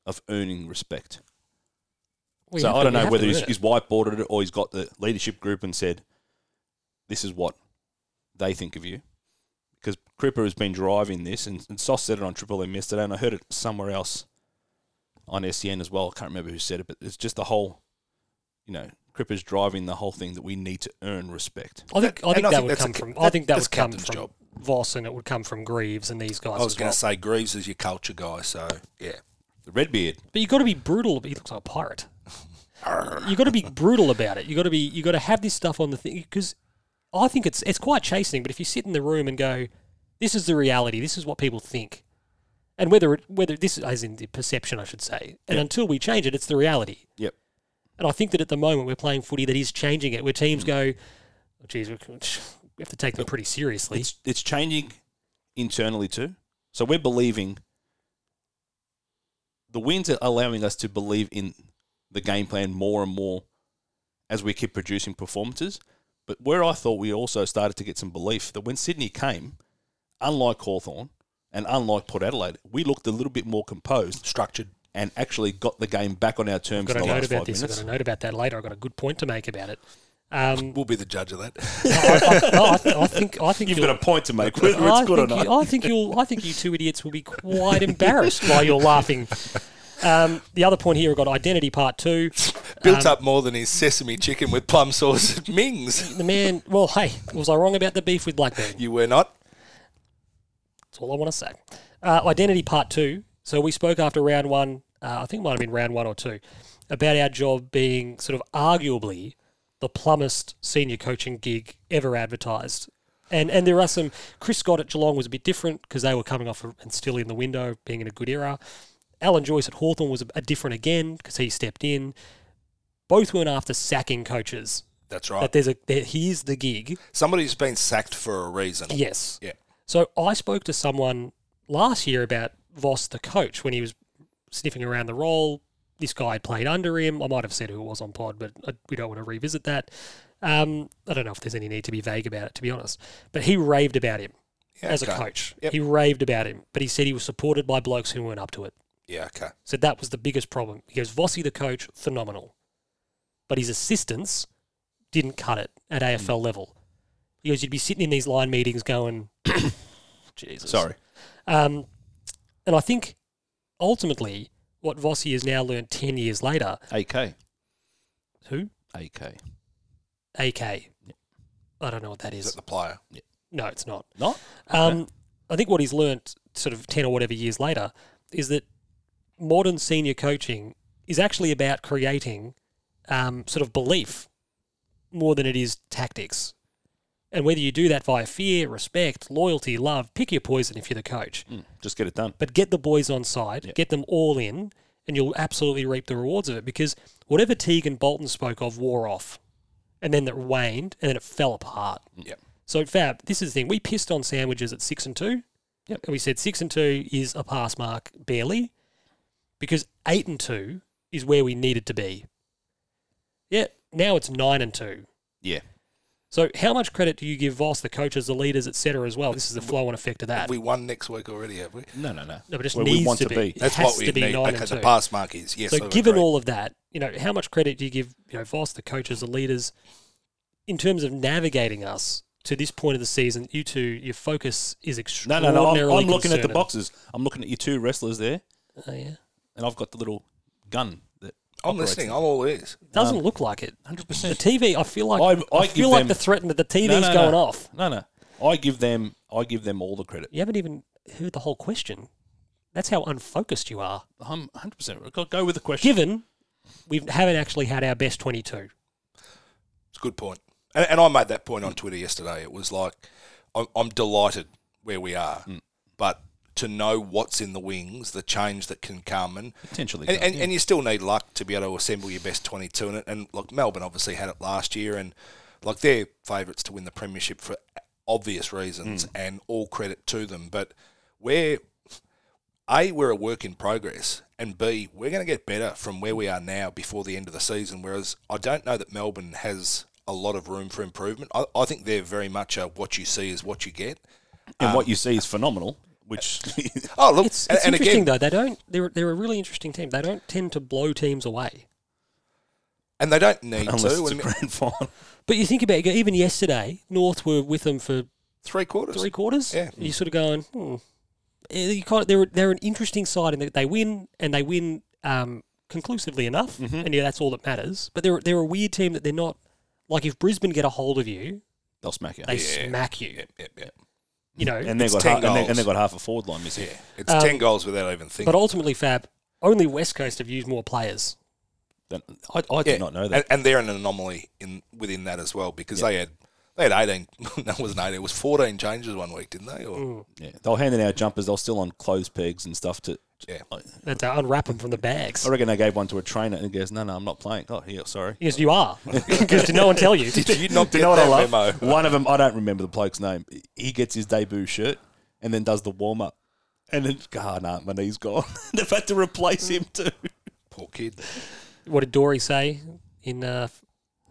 of earning respect.
Well,
so
you
I
have
don't
to- you
know
have
whether
to
he's,
earn it.
he's whiteboarded it or he's got the leadership group and said, "This is what they think of you," because Cripper has been driving this, and, and Sauce said it on Triple M yesterday, and I heard it somewhere else on SEN as well. I can't remember who said it, but it's just the whole, you know, Cripper's driving the whole thing that we need to earn respect.
I think I
and
think
I
that
think
would
that's
come
a-
from. I
that-
think that
that's
would come
captain's
from
job.
Voss and it would come from Greaves and these guys.
I was
as
going
well.
to say Greaves is your culture guy, so yeah.
The Redbeard.
But you've got to be brutal. He looks like a pirate. you've got to be brutal about it. You've got to be. You've got to have this stuff on the thing because I think it's it's quite chastening. But if you sit in the room and go, "This is the reality. This is what people think," and whether it, whether this is as in the perception, I should say, and until we change it, it's the reality.
Yep.
And I think that at the moment we're playing footy that is changing it, where
Mm.
teams go, oh, "Geez, we we have to take them pretty seriously."
It's it's changing internally too. So we're believing the wins are allowing us to believe in the game plan more and more as we keep producing performances. But where I thought we also started to get some belief that when Sydney came, unlike Hawthorn and unlike Port Adelaide, we looked a little bit more composed
Structured.
and actually got the game back on our terms
I've got
in
a
the
note
last
about
five
this. I've got
minutes.
a note about that later. I've got a good point to make about it. Um,
We'll be the judge of that.
*laughs*
I, I, no, I, th- I think I think
You've
you'll-
got a point to make, *laughs* whether
I
it's good or
think
not.
you- I think you'll. I think you two idiots will
*laughs*
be quite embarrassed while you're laughing. Um, the other point here, I've got identity part two.
Built
Um,
up more than his sesame chicken with plum sauce at *laughs* Ming's.
The man. Well, hey, was I wrong about the beef with Blackburn?
You were not.
That's all I want to say. Uh, identity part two. So we spoke after round one. Uh, I think it might have been round one or two about our job being sort of arguably the plumbest senior coaching gig ever advertised. And and there are some. Chris Scott at Geelong was a bit different because they were coming off and still in the window, being in a good era. Alan Joyce at Hawthorn was a, a different again because he stepped in. Both went after sacking coaches
That's right.
that there's a there, here's the gig.
Somebody's been sacked for a reason.
Yes.
Yeah.
So I spoke to someone last year about Voss, the coach, when he was sniffing around the role. This guy had played under him. I might have said who it was on pod, but I, we don't want to revisit that. Um, I don't know if there's any need to be vague about it, to be honest. But he raved about him
Yeah,
as a
okay.
coach.
Yep.
He raved about him, but he said he was supported by blokes who weren't up to it.
Yeah, okay.
So that was the biggest problem. He goes, Vossi, the coach, phenomenal. But his assistants didn't cut it at AFL level. He goes, you'd be sitting in these line meetings going, *coughs* Jesus.
Sorry.
Um, and I think ultimately what Vossi has now learned 10 years later,
AK.
who?
AK.
AK. I don't know what that is.
Is it the player?
no, it's not.
Not?
Um, I think what he's learnt sort of 10 or whatever years later is that modern senior coaching is actually about creating um, sort of belief more than it is tactics. And whether you do that via fear, respect, loyalty, love, pick your poison if you're the coach,
Just get it done.
but get the boys on side, get them all in, and you'll absolutely reap the rewards of it because whatever Teague and Bolton spoke of wore off and then that waned and then it fell apart.
Yeah.
So Fab, this is the thing. We pissed on sandwiches at six and two.
Yep.
And we said six and two is a pass mark barely, because eight and two is where we needed to be. Yeah. Now it's nine and two.
Yeah.
So how much credit do you give Voss, the coaches, the leaders, etc. As well? This is the flow-on effect of that.
We won next week already, have we?
No, no, no.
no, but it just
Where
needs
we want
to
to
be.
be.
It
That's
has
what we
to be
need.
nine
Okay,
and two.
the pass mark is yes.
So
I've
given
agreed.
all of that, you know, how much credit do you give, you know, Voss, the coaches, the leaders, in terms of navigating us to this point of the season? You two, your focus is
No,
extraordinarily.
no, no. I'm, I'm looking at the
concerning.
boxes. I'm looking at your two wrestlers there,
Oh, yeah.
and I've got the little gun that
I'm
operates
listening.
them.
I'm all ears.
Doesn't look like it.
100%.
The TV, I feel like
Um, I-
I,
I give
feel like
them-
the threat that the
*laughs*
TV's
No, no,
going
no.
off.
No, no. I give them. I give them all the credit.
You haven't even heard the whole question. That's how unfocused you are.
I'm 100. percent Go go with the question.
Given we haven't actually had our best twenty-two.
It's a good point. And, and I made that point on Twitter yesterday. It was like, I'm, I'm delighted where we are,
Mm.
but to know what's in the wings, the change that can come, and
Potentially
and,
come,
and, and you still need luck to be able to assemble your best 22 in it. And look, Melbourne obviously had it last year, and like they're favourites to win the premiership for obvious reasons,
Mm.
and all credit to them. But we're a, we're a work in progress, and B, we're going to get better from where we are now before the end of the season. Whereas I don't know that Melbourne has a lot of room for improvement. I, I think they're very much a what you see is what you get.
and what you see is phenomenal. Which *laughs*
Oh, look,
It's,
and,
it's
and
interesting
again,
though. They don't. They're they're a really interesting team. They don't tend to blow teams away.
and they don't
*laughs*
need
unless
to.
it's a
and
grand *laughs* final.
But you think about it, even yesterday, North were with them for
three quarters.
three quarters.
Yeah.
You're sort of going, hmm. Eh, You kind of, they're, they're an interesting side in that they win and they win um, conclusively enough,
Mm-hmm.
and yeah, that's all that matters. But they're, they're a weird team that they're not. Like if Brisbane get a hold of you,
They'll smack you.
they smack you.
Yeah, yeah.
You know,
and they've got
10
half, and, they,
goals.
and they've got half a forward line missing.
Yeah, it's ten
Um,
goals without even thinking.
but ultimately, Fab only West Coast have used more players.
Then- I, I
yeah.
did not know that.
and, and they're an anomaly in within that as well because they had they had eighteen. *laughs* no, it wasn't eighteen. It was fourteen changes one week, didn't they? Or
yeah, they'll hand in our jumpers. They're still on clothes pegs and stuff. To
yeah,
That they unwrap them from the bags.
I reckon they gave one to a trainer and goes, "No, no, I'm not playing." Oh, yeah, sorry.
Yes, you are.
*laughs*
Because did no one tell you?
did you
*laughs*
not
Do
get
you know what
that
I love? *laughs*
memo?
One of them, I don't remember the bloke's name. He gets his debut shirt and then does the warm up, and then, *laughs* God, nah, my knee's gone. *laughs* They've had to replace him too.
Poor kid,
What did Dory say in uh,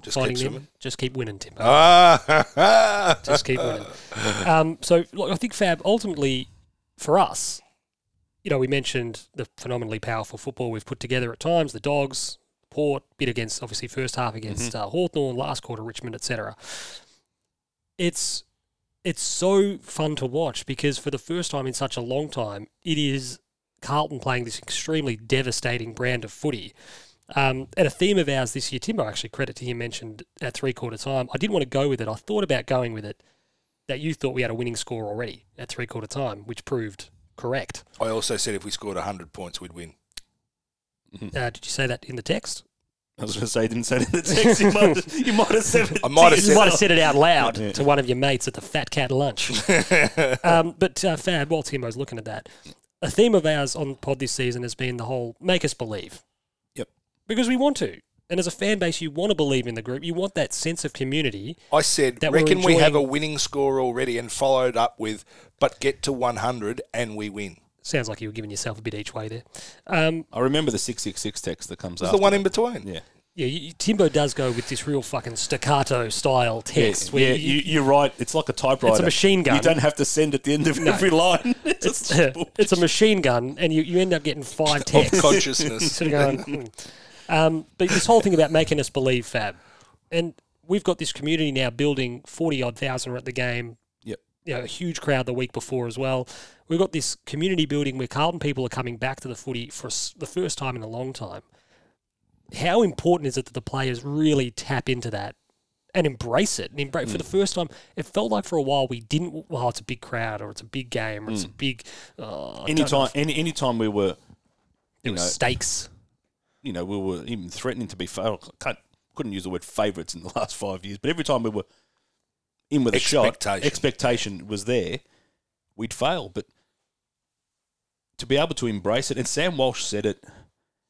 just
finding
keep
them?
swimming.
Just keep winning, Timbo.
Ah, *laughs*
*laughs* just keep winning. Um, so look, I think Fab ultimately for us, you know, we mentioned the phenomenally powerful football we've put together at times, the Dogs, Port, bit against obviously first half against uh, Hawthorn, last quarter Richmond, etc. It's it's so fun to watch because for the first time in such a long time, it is Carlton playing this extremely devastating brand of footy. Um, and a theme of ours this year, Timbo, actually, credit to him, mentioned at three quarter time. I didn't want to go with it. I thought about going with it that you thought we had a winning score already at three quarter time, which proved correct.
I also said if we scored hundred points, we'd win.
Uh, did you say that in the text?
I was going to say, he didn't say it in the text. You might have, *laughs* you might have said it.
I might have
to
You might have
yourself.
said it out loud
Yeah.
to one of your mates at the Fat Cat lunch. um, but uh, Fab, while Timbo's looking at that, a theme of ours on Pod this season has been the whole make us believe.
Yep.
Because we want to. And as a fan base, you want to believe in the group. You want that sense of community.
I said,
that we're
reckon we have a
enjoying-
winning score already, and followed up with, but get to 100 and we win.
Sounds like you were giving yourself a bit each way there. Um,
I remember the 666 text that comes
It's
up.
the one in between.
Yeah.
yeah, you, Timbo does go with this real fucking staccato style text.
Yes,
where
yeah,
you-
you, you're right. It's like a typewriter.
machine gun.
You don't have to send at the end of every *laughs* line. *laughs*
it's, *laughs* it's a machine gun, and you, you end up getting five texts.
*laughs*
Of consciousness.
sort of going, "Hmm." um, but this whole thing about making us believe, Fab, and we've got this community now building forty odd thousand are at the game.
Yep.
You know, a huge crowd the week before as well. We've got this community building where Carlton people are coming back to the footy for s- the first time in a long time. How important is it that the players really tap into that and embrace it and embrace
Mm.
for the first time? It felt like for a while we didn't. Well, it's a big crowd, or it's a big game, or it's a big. Oh, I don't know
anytime,
if
Mm. any anytime we were,
there were
know,
stakes.
you know, we were even threatening to be. fa- I can't, couldn't use the word favourites in the *laughs* last five years, but every time we were in with a shot,
Expectation.
expectation was there, we'd fail. But to be able to embrace it, and Sam Walsh said it.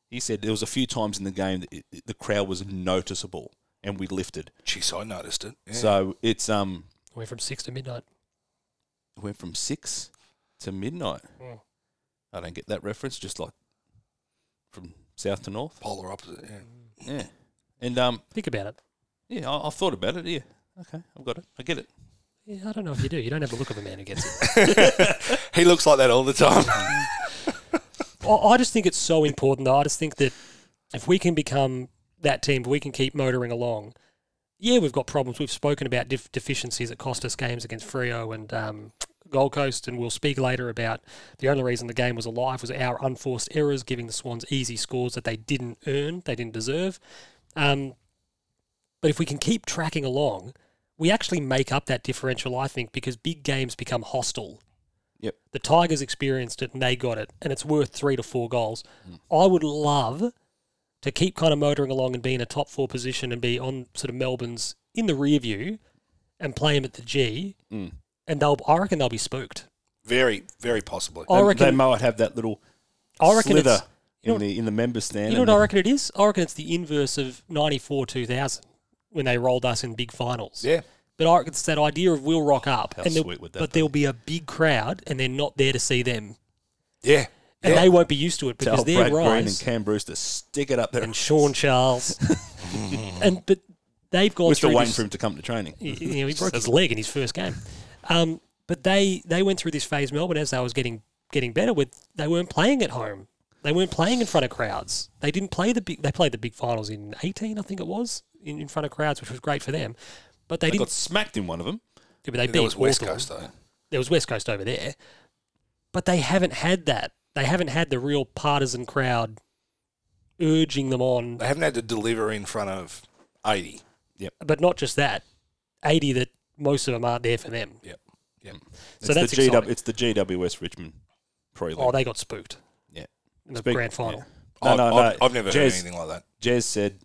He said there was a few times in the game that it, it- the crowd was noticeable, and we lifted.
Jeez, I noticed it. Yeah.
So it's um.
We're from six to midnight.
It went from six to midnight.
Mm.
I don't get that reference. Just like from south to north.
Polar opposite. Yeah.
Yeah, and um,
Think about it.
yeah, I, I thought about it. Yeah, okay, I've got it. I get it.
Yeah, I don't know if you do. You don't have a look of a man who gets it.
He looks like that all the time.
I, I just think it's so important, though. I just think that if we can become that team, if we can keep motoring along. Yeah, we've got problems. We've spoken about def- deficiencies that cost us games against Frio and um, Gold Coast, and we'll speak later about the only reason the game was alive was our unforced errors, giving the Swans easy scores that they didn't earn, they didn't deserve. Um, but if we can keep tracking along, we actually make up that differential, I think, because big games become hostile
Yep.
The Tigers experienced it and they got it, and it's worth three to four goals. I would love to keep kind of motoring along and be in a top four position and be on sort of Melbourne's in the rear view and play them at the G,
Mm.
and they'll I reckon they'll be spooked.
Very, very possibly.
I
They- they
reckon.
might have that little
I reckon
slither
it's.
in
you know-
the in the member stand.
You know
and
what I
the-
reckon it is? I reckon it's the inverse of '94 2000 when they rolled us in big finals.
Yeah.
But I reckon it's that idea of we'll rock up,
How
and there'll-
sweet would that
but there'll be a big crowd, and they're not there to see them,
Yeah.
and
Yeah.
they won't be used to it because
tell
they're
Brad Green and
rise.
Cam Brewster stick it up there
and Sean Charles,
*laughs*
and but they've gone
We're
through
still waiting
this,
for him to come to training.
you know, *laughs* he broke his leg in his first game. Um, but they they went through this phase Melbourne as they was getting getting better with they weren't playing at home. They weren't playing in front of crowds. They didn't play the big they played the big finals in 18 I think it was in, in front of crowds which was great for them. But they,
They
didn't
got smacked in one of them.
yeah, but they
There
beat
was West
Hawthorn.
Coast, though.
There was West Coast over there. But they haven't had that. They haven't had the real partisan crowd urging them on
They haven't had to deliver in front of 80.
but not just that, 80 that most of them aren't there for them.
Yep. Yep.
It's
So that's
the GW,
exciting.
It's the GWS Richmond prelim.
Oh, they got spooked
yeah.
in the
Speak-
grand final.
yeah. No,
I've,
no, no.
I've, I've never heard
Jez-
anything like that.
Jez said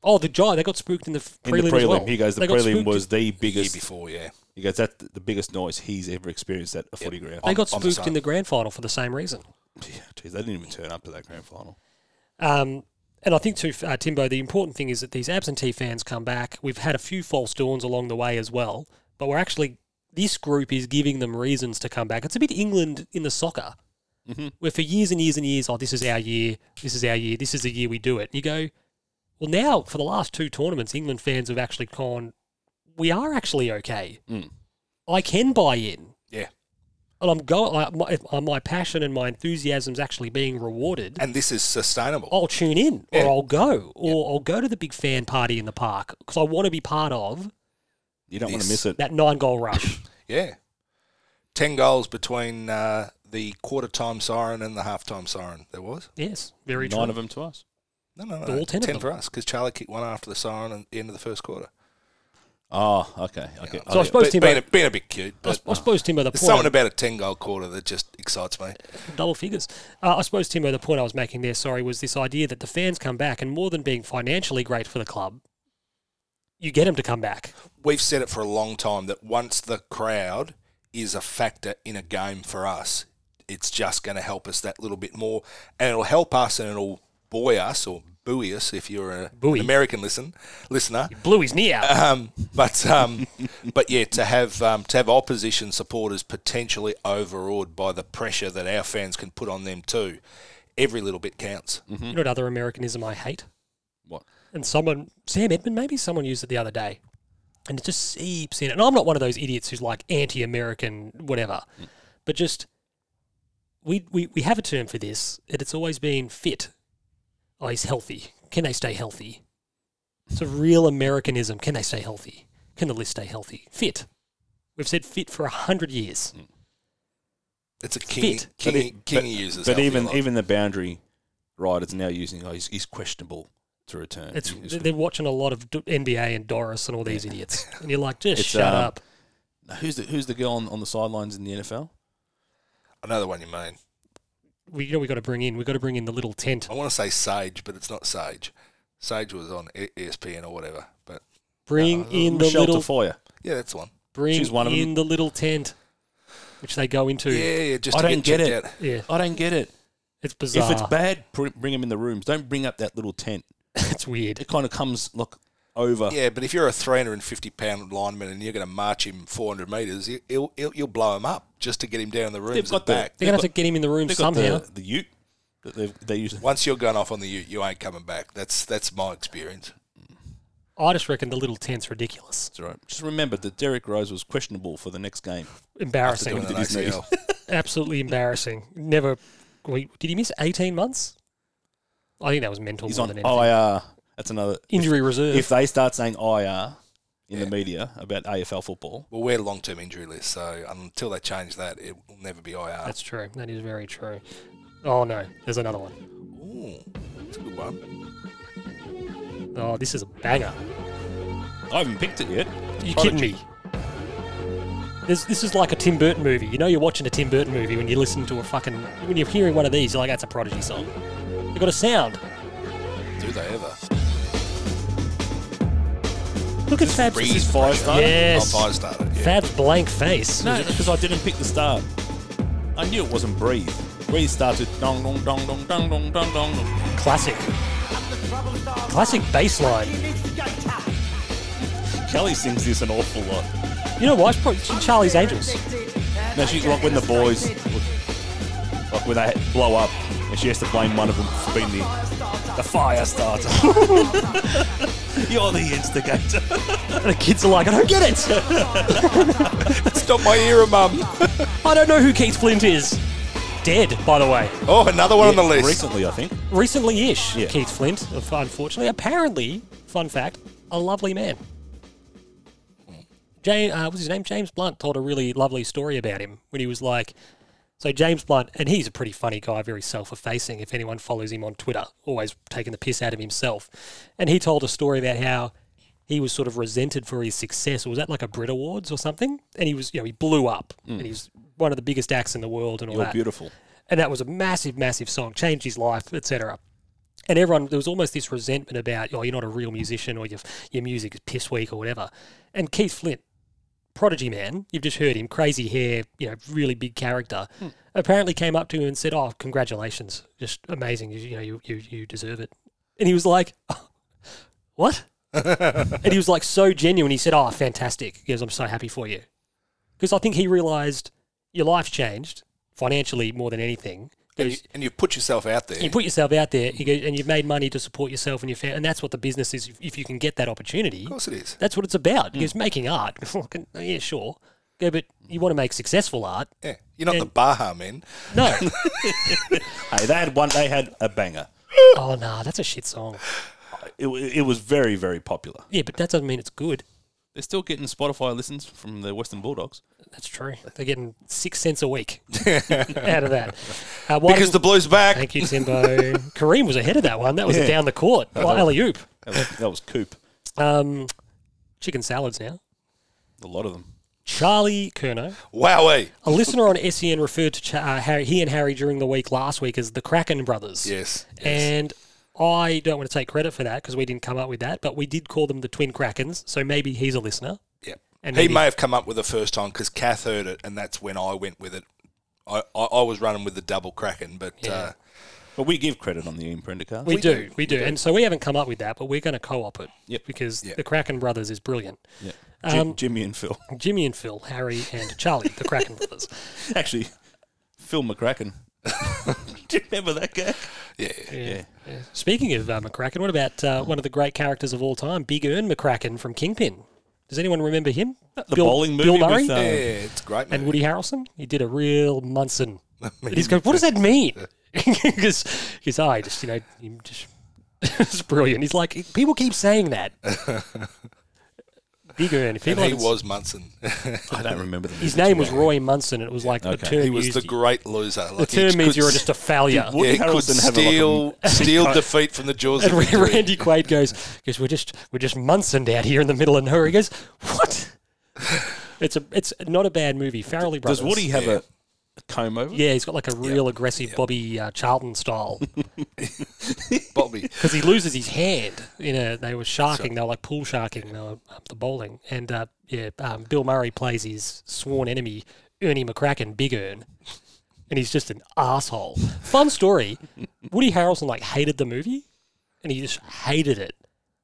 Oh, the Giants, they got spooked in the f-
in
prelim.
the
as
prelim,
well.
he goes, the
They got
prelim
spooked-
was the
The year
biggest
before, yeah.
He goes, that's the biggest noise he's ever experienced at a footy ground.
They got
on the
spooked in
same.
the grand final for the same reason.
Yeah, geez, they didn't even turn up to that grand final.
Um, and I think, too, uh, Timbo, the important thing is that these absentee fans come back. We've had a few false dawns along the way as well, but we're actually, this group is giving them reasons to come back. It's a bit England in the soccer, where for years and years and years, oh, this is our year, this is our year, this is the year we do it. And you go, well, now for the last two tournaments, England fans have actually gone, we are actually okay.
Mm.
I can buy in.
Yeah.
And I'm going, I, my, uh, my passion and my enthusiasm's actually being rewarded.
And this is sustainable.
I'll tune in
Yeah.
or I'll go or I'll go to the big fan party in the park because I want to be part of
You don't want to
This-
miss it.
that nine goal
*coughs*
rush.
Yeah. 10 goals between uh, the quarter time siren and the half time siren, there was.
yes, very
Nine
true.
of them to us.
No, no,
All
no. 10,
10 of them.
for us because Charlie kicked one after the siren at the end of the first quarter.
Oh, okay. okay.
So I suppose
Be-
Timbo,
being, a, being a bit cute,
I,
but uh,
s- I suppose Timbo, the
there's
point
something about a 10 goal quarter that just excites me.
double figures. Uh, I suppose Timo, the point I was making there, sorry, was this idea that the fans come back and more than being financially great for the club, you get them to come back.
We've said it for a long time that once the crowd is a factor in a game for us, it's just going to help us that little bit more, and it'll help us and it'll buoy us or buoy us if you're a,
Buoy.
an American listen listener.
Blew his knee out.
Um, but
*laughs*
um, but yeah, to have um, to have opposition supporters potentially overawed by the pressure that our fans can put on them too, every little bit counts.
Mm.
You know what other Americanism I hate?
What?
And someone, Sam Edmund, maybe someone used it the other day. And it just seeps in. And I'm not one of those idiots who's like anti American, whatever. But just, we, we, we have a term for this, and it's always been fit. Oh, he's healthy. Can they stay healthy? It's a real Americanism. Can they stay healthy? Can the list stay healthy? Fit. We've said fit for 100 years.
It's a king.
Fit.
King,
But it-
king uses.
But
healthy
even
life.
even the boundary riders now using oh, he's, he's questionable to return.
It's
He's-
They're watching a lot of D- NBA and Doris and all these idiots. And you're like, just
It's,
shut
um,
up.
who's the who's the girl on, on the sidelines in the NFL?
another one you mean.
we you know we got to bring in we got to bring in the little tent.
I want to say Sage, but it's not Sage. Sage was on E- ESPN or whattever. But
Bring in
Uh,
the
Michelle
little
Tafoya.
yeah, that's the one.
bring
She's one of
in
them.
the little tent, which they go into.
Yeah, yeah. Just
I
to
don't
get,
get it.
checked out.
Yeah,
I don't get it.
it's bizarre.
If it's bad, pr- bring him in the rooms. Don't bring up that little tent.
*laughs* it's weird.
It kind of comes like over.
Yeah, but if you're a 350 pound lineman and you're going to march him 400 meters, you- you'll, you'll, you'll blow him up just to get him down the rooms and
got the-
back.
They're gonna have to get him in the room
They've got
somehow.
the, the Ute that they they use.
Once you're gone off on the ute, you ain't coming back. That's that's my experience.
I just reckon the little tent's ridiculous,
That's right. Just remember that Derek Rose was questionable for the next game.
Doing
embarrassing,
an
his knees. *laughs*
ACL.
eh?
absolutely embarrassing. Never. Wait, did he miss eighteen months? I think that was mental
He's on
more than anything.
IR. That's another.
Injury reserve.
If they start saying IR in the media about AFL football,
well, we're long term injury list, so until they change that, it will never be IR.
That's true. That is very true. Oh no, there's another one.
Ooh, that's a good one.
Oh, this is a banger.
I haven't picked it yet.
You kidding me? This, this is like a Tim Burton movie. You know you're watching a Tim Burton movie when you listen to a fucking when you're hearing one of these. You're like, that's a Prodigy song. They got a sound.
Do they ever?
Look at Fab's
This is Firestarter.
yes,
Oh, Firestarter. Yeah.
Fab's blank face.
No, because I didn't pick the start. I knew it wasn't breathe. Breathe started dong dong dong dong dong dong dong dong.
Classic, classic bass line.
Kelly sings this an awful lot.
You know why? It's probably it's Charlie's Angels. *laughs*
No, she's like when the boys, like when they blow up, and she has to blame one of them for being the, the fire starter. *laughs* You're the instigator.
The kids are like, I don't get it. *laughs*
Stop my ear, mum.
I don't know who Keith Flint is. Dead, by the way.
Oh, another one on the list.
Recently, I think.
recently ish,
Yeah.
Keith Flint, unfortunately. Apparently, fun fact, a lovely man. James, uh, what's his name? James Blunt told a really lovely story about him when he was like, so James Blunt, and he's a pretty funny guy, very self-effacing. If anyone follows him on Twitter, always taking the piss out of himself, and he told a story about how he was sort of resented for his success. Or was that like a Brit Awards or something? And he was, you know, he blew up, and he was one of the biggest acts in the world, and all
Hmm. You're
that
beautiful.
and that was a massive, massive song, changed his life, etc. And everyone, there was almost this resentment about, oh, you're not a real musician, or your your music is piss weak, or whatever. And Keith Flint, prodigy man, you've just heard him, crazy hair, you know, really big character,
Hmm.
apparently came up to him and said, oh, congratulations, just amazing, you, you know, you, you you deserve it. And he was like, *laughs*
*laughs*
what? and he was like so genuine. He said, oh, fantastic. He goes, I'm so happy for you, because I think he realised your life's changed financially more than anything.
And, you, and you put yourself out there.
You put yourself out there, you go, and you've made money to support yourself and your family, and that's what the business is. If- If you can get that opportunity,
of course Mm. it is.
that's what it's about. Because making art, *laughs* Fucking- yeah, sure, yeah, but you want to make successful art.
Yeah. You're not the Baja men. *laughs*
No,
Hey, they had one. They had a banger.
oh nah, that's a shit song.
It, wa- it was very very popular.
Yeah, but that doesn't mean it's good.
They're still getting Spotify listens from the Western Bulldogs.
That's true. They're getting six cents
*laughs*
a week out of that. Uh, why
Because
didn't-
the Blues back.
*laughs* Thank you, Timbo. Kareem was ahead of that one. That was a
Yeah.
down the court. Well, alley oop.
That was, that was Coop.
Um, chicken salads now.
A lot of them.
Charlie Kerno,
Wowee.
a listener on SEN, referred to Cha- uh, Harry, he and Harry during the week last week as the Kraken brothers.
Yes.
And I don't want to take credit for that because we didn't come up with that, but we did call them the Twin Krakens. So maybe he's a listener.
Yep.
And
he
maybe-
may have come up with the first time because Kath heard it, and that's when I went with it. I, I, I was running with the double Kraken, but uh,
But we give credit on the Ian Prendergast.
We, do, we do. And so we haven't come up with that, but we're going to co op it
Yep.
because
Yep.
the Kraken Brothers is brilliant.
yeah.
Um,
Jim, Jimmy and Phil. *laughs*
Jimmy and Phil, Harry and Charlie, the Kraken Brothers.
Actually, Phil McCracken. *laughs* do you remember that guy?
Yeah.
Yeah. yeah. Speaking of uh, McCracken, what about uh, one of the great characters of all time, Big Earn McCracken from Kingpin? Does anyone remember him?
The bowling movie
Bill Murray
with, uh,
Yeah, it's a great.
and
Movie.
Woody Harrelson. He did a real Munson. And he's going, what does that mean? *laughs* Because because I just you know he just *laughs* it's brilliant. He's like people keep saying that. Bigger and if
And
people
he
haven't-
was Munson. *laughs*
I don't remember the
his name was Roy Munson. and It was like the
okay.
term
he was
used-
the great loser.
the
Like, he
term means
could
you're
s-
just a failure.
Woody
*laughs* yeah, could
Harrelson have a- like a
steal steal defeat from the jaws of
*laughs* And
victory.
Randy Quaid goes, "Because we're just we're just Munsoned out here in the middle of nowhere." He goes, "What?" It's a it's not a bad movie. Farrelly Brothers.
Does Woody have a, a comb over?
Yeah, he's got like a real aggressive Bobby uh, Charlton style
Bobby.
because he loses his hand. You know, they were sharking. They were like pool sharking. They were up the bowling, and uh, yeah, um, Bill Murray plays his sworn enemy, Ernie McCracken, Big Ern, and he's just an asshole. Fun
*laughs*
story. Woody Harrelson like hated the movie, and he just hated it.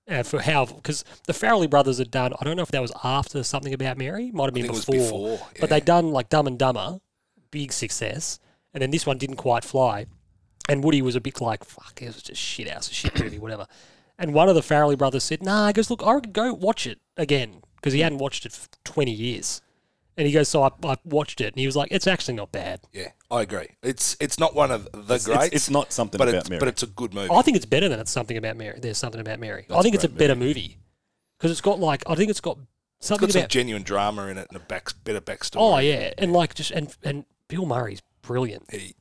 Uh, for how because the Farrelly brothers had done I don't know if that was after something about Mary might have been
think it was
before,
before,
but they'd done like Dumb and Dumber big success and then this one didn't quite fly and Woody was a bit like, fuck, it was just shit house, a shit
*coughs*
movie, whatever. And one of the Farrelly brothers said, nah, he goes, look, I reckon go watch it again because he hadn't watched it for 20 years. And he goes, so I, I watched it. And he was like, it's actually not bad.
Yeah, I agree. It's it's not one of the
It's,
greats.
it's not something
but
about
it's
Mary.
but it's a good movie.
I think it's better than it's something about Mary. There's something about Mary. I think it's a
great
better movie because it's got like, I think it's got
It's
something
got some
about.
genuine drama in it and a back, better backstory.
oh, yeah. And like, just, and, and Bill Murray's brilliant.
He-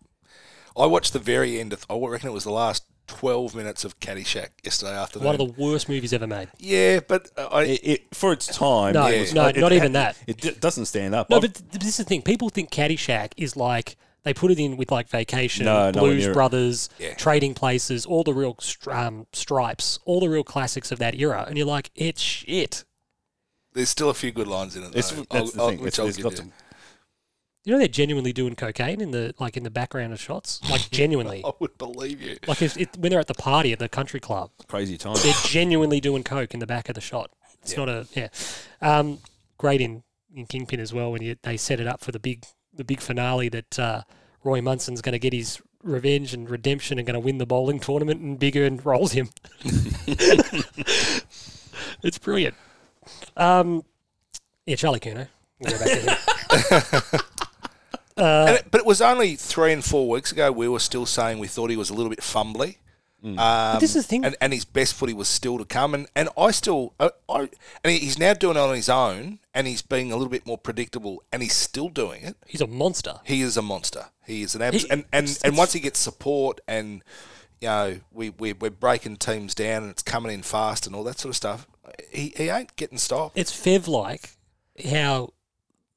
I watched the very end of. I reckon it was the last twelve minutes of Caddyshack yesterday afternoon.
One of the worst movies ever made.
yeah, but uh, I
it, it, for its time,
No,
it was-
no,
it-
not
it-
even that.
It d- doesn't stand up.
No,
Oh.
I've-
but th- this is the thing. People think Caddyshack is like they put it in with like Vacation,
No, nowhere
Blues
near it.
Brothers,
Yeah.
Trading Places, all the real str- um, stripes, all the real classics of that era, and you're like, it's shit.
there's still a few good lines in it. Though,
it's, that's
I'll-
the
I'll-
thing.
which
It's,
I'll
it's
give
got
you.
some,
You know they're genuinely doing cocaine in the like in the background of shots, like
*laughs*
genuinely.
I would believe you.
Like if it, when they're at the party at the country club,
crazy time. *laughs*
they're genuinely doing coke in the back of the shot. It's not a yeah. Um, great in, in Kingpin as well when you, they set it up for the big the big finale that uh, Roy Munson's going to get his revenge and redemption and going to win the bowling tournament and Big Earn rolls
*laughs*
him. it's brilliant. Um, yeah, Charlie Kuno. We'll go back to him. uh,
And it- but it was only three and four weeks ago we were still saying we thought he was a little bit fumbly. *laughs* Um,
this is the thing-
and, and his best footy was still to come. And, and I still, I, I and he- he's now doing it on his own, and he's being a little bit more predictable, and he's still doing it.
He's a monster.
He is a monster. He is an abs-
He-
and and,
it's-
and
it's-
once he gets support, and you know we, we we're breaking teams down, and it's coming in fast, and all that sort of stuff. He, he ain't getting stopped.
It's Fev like how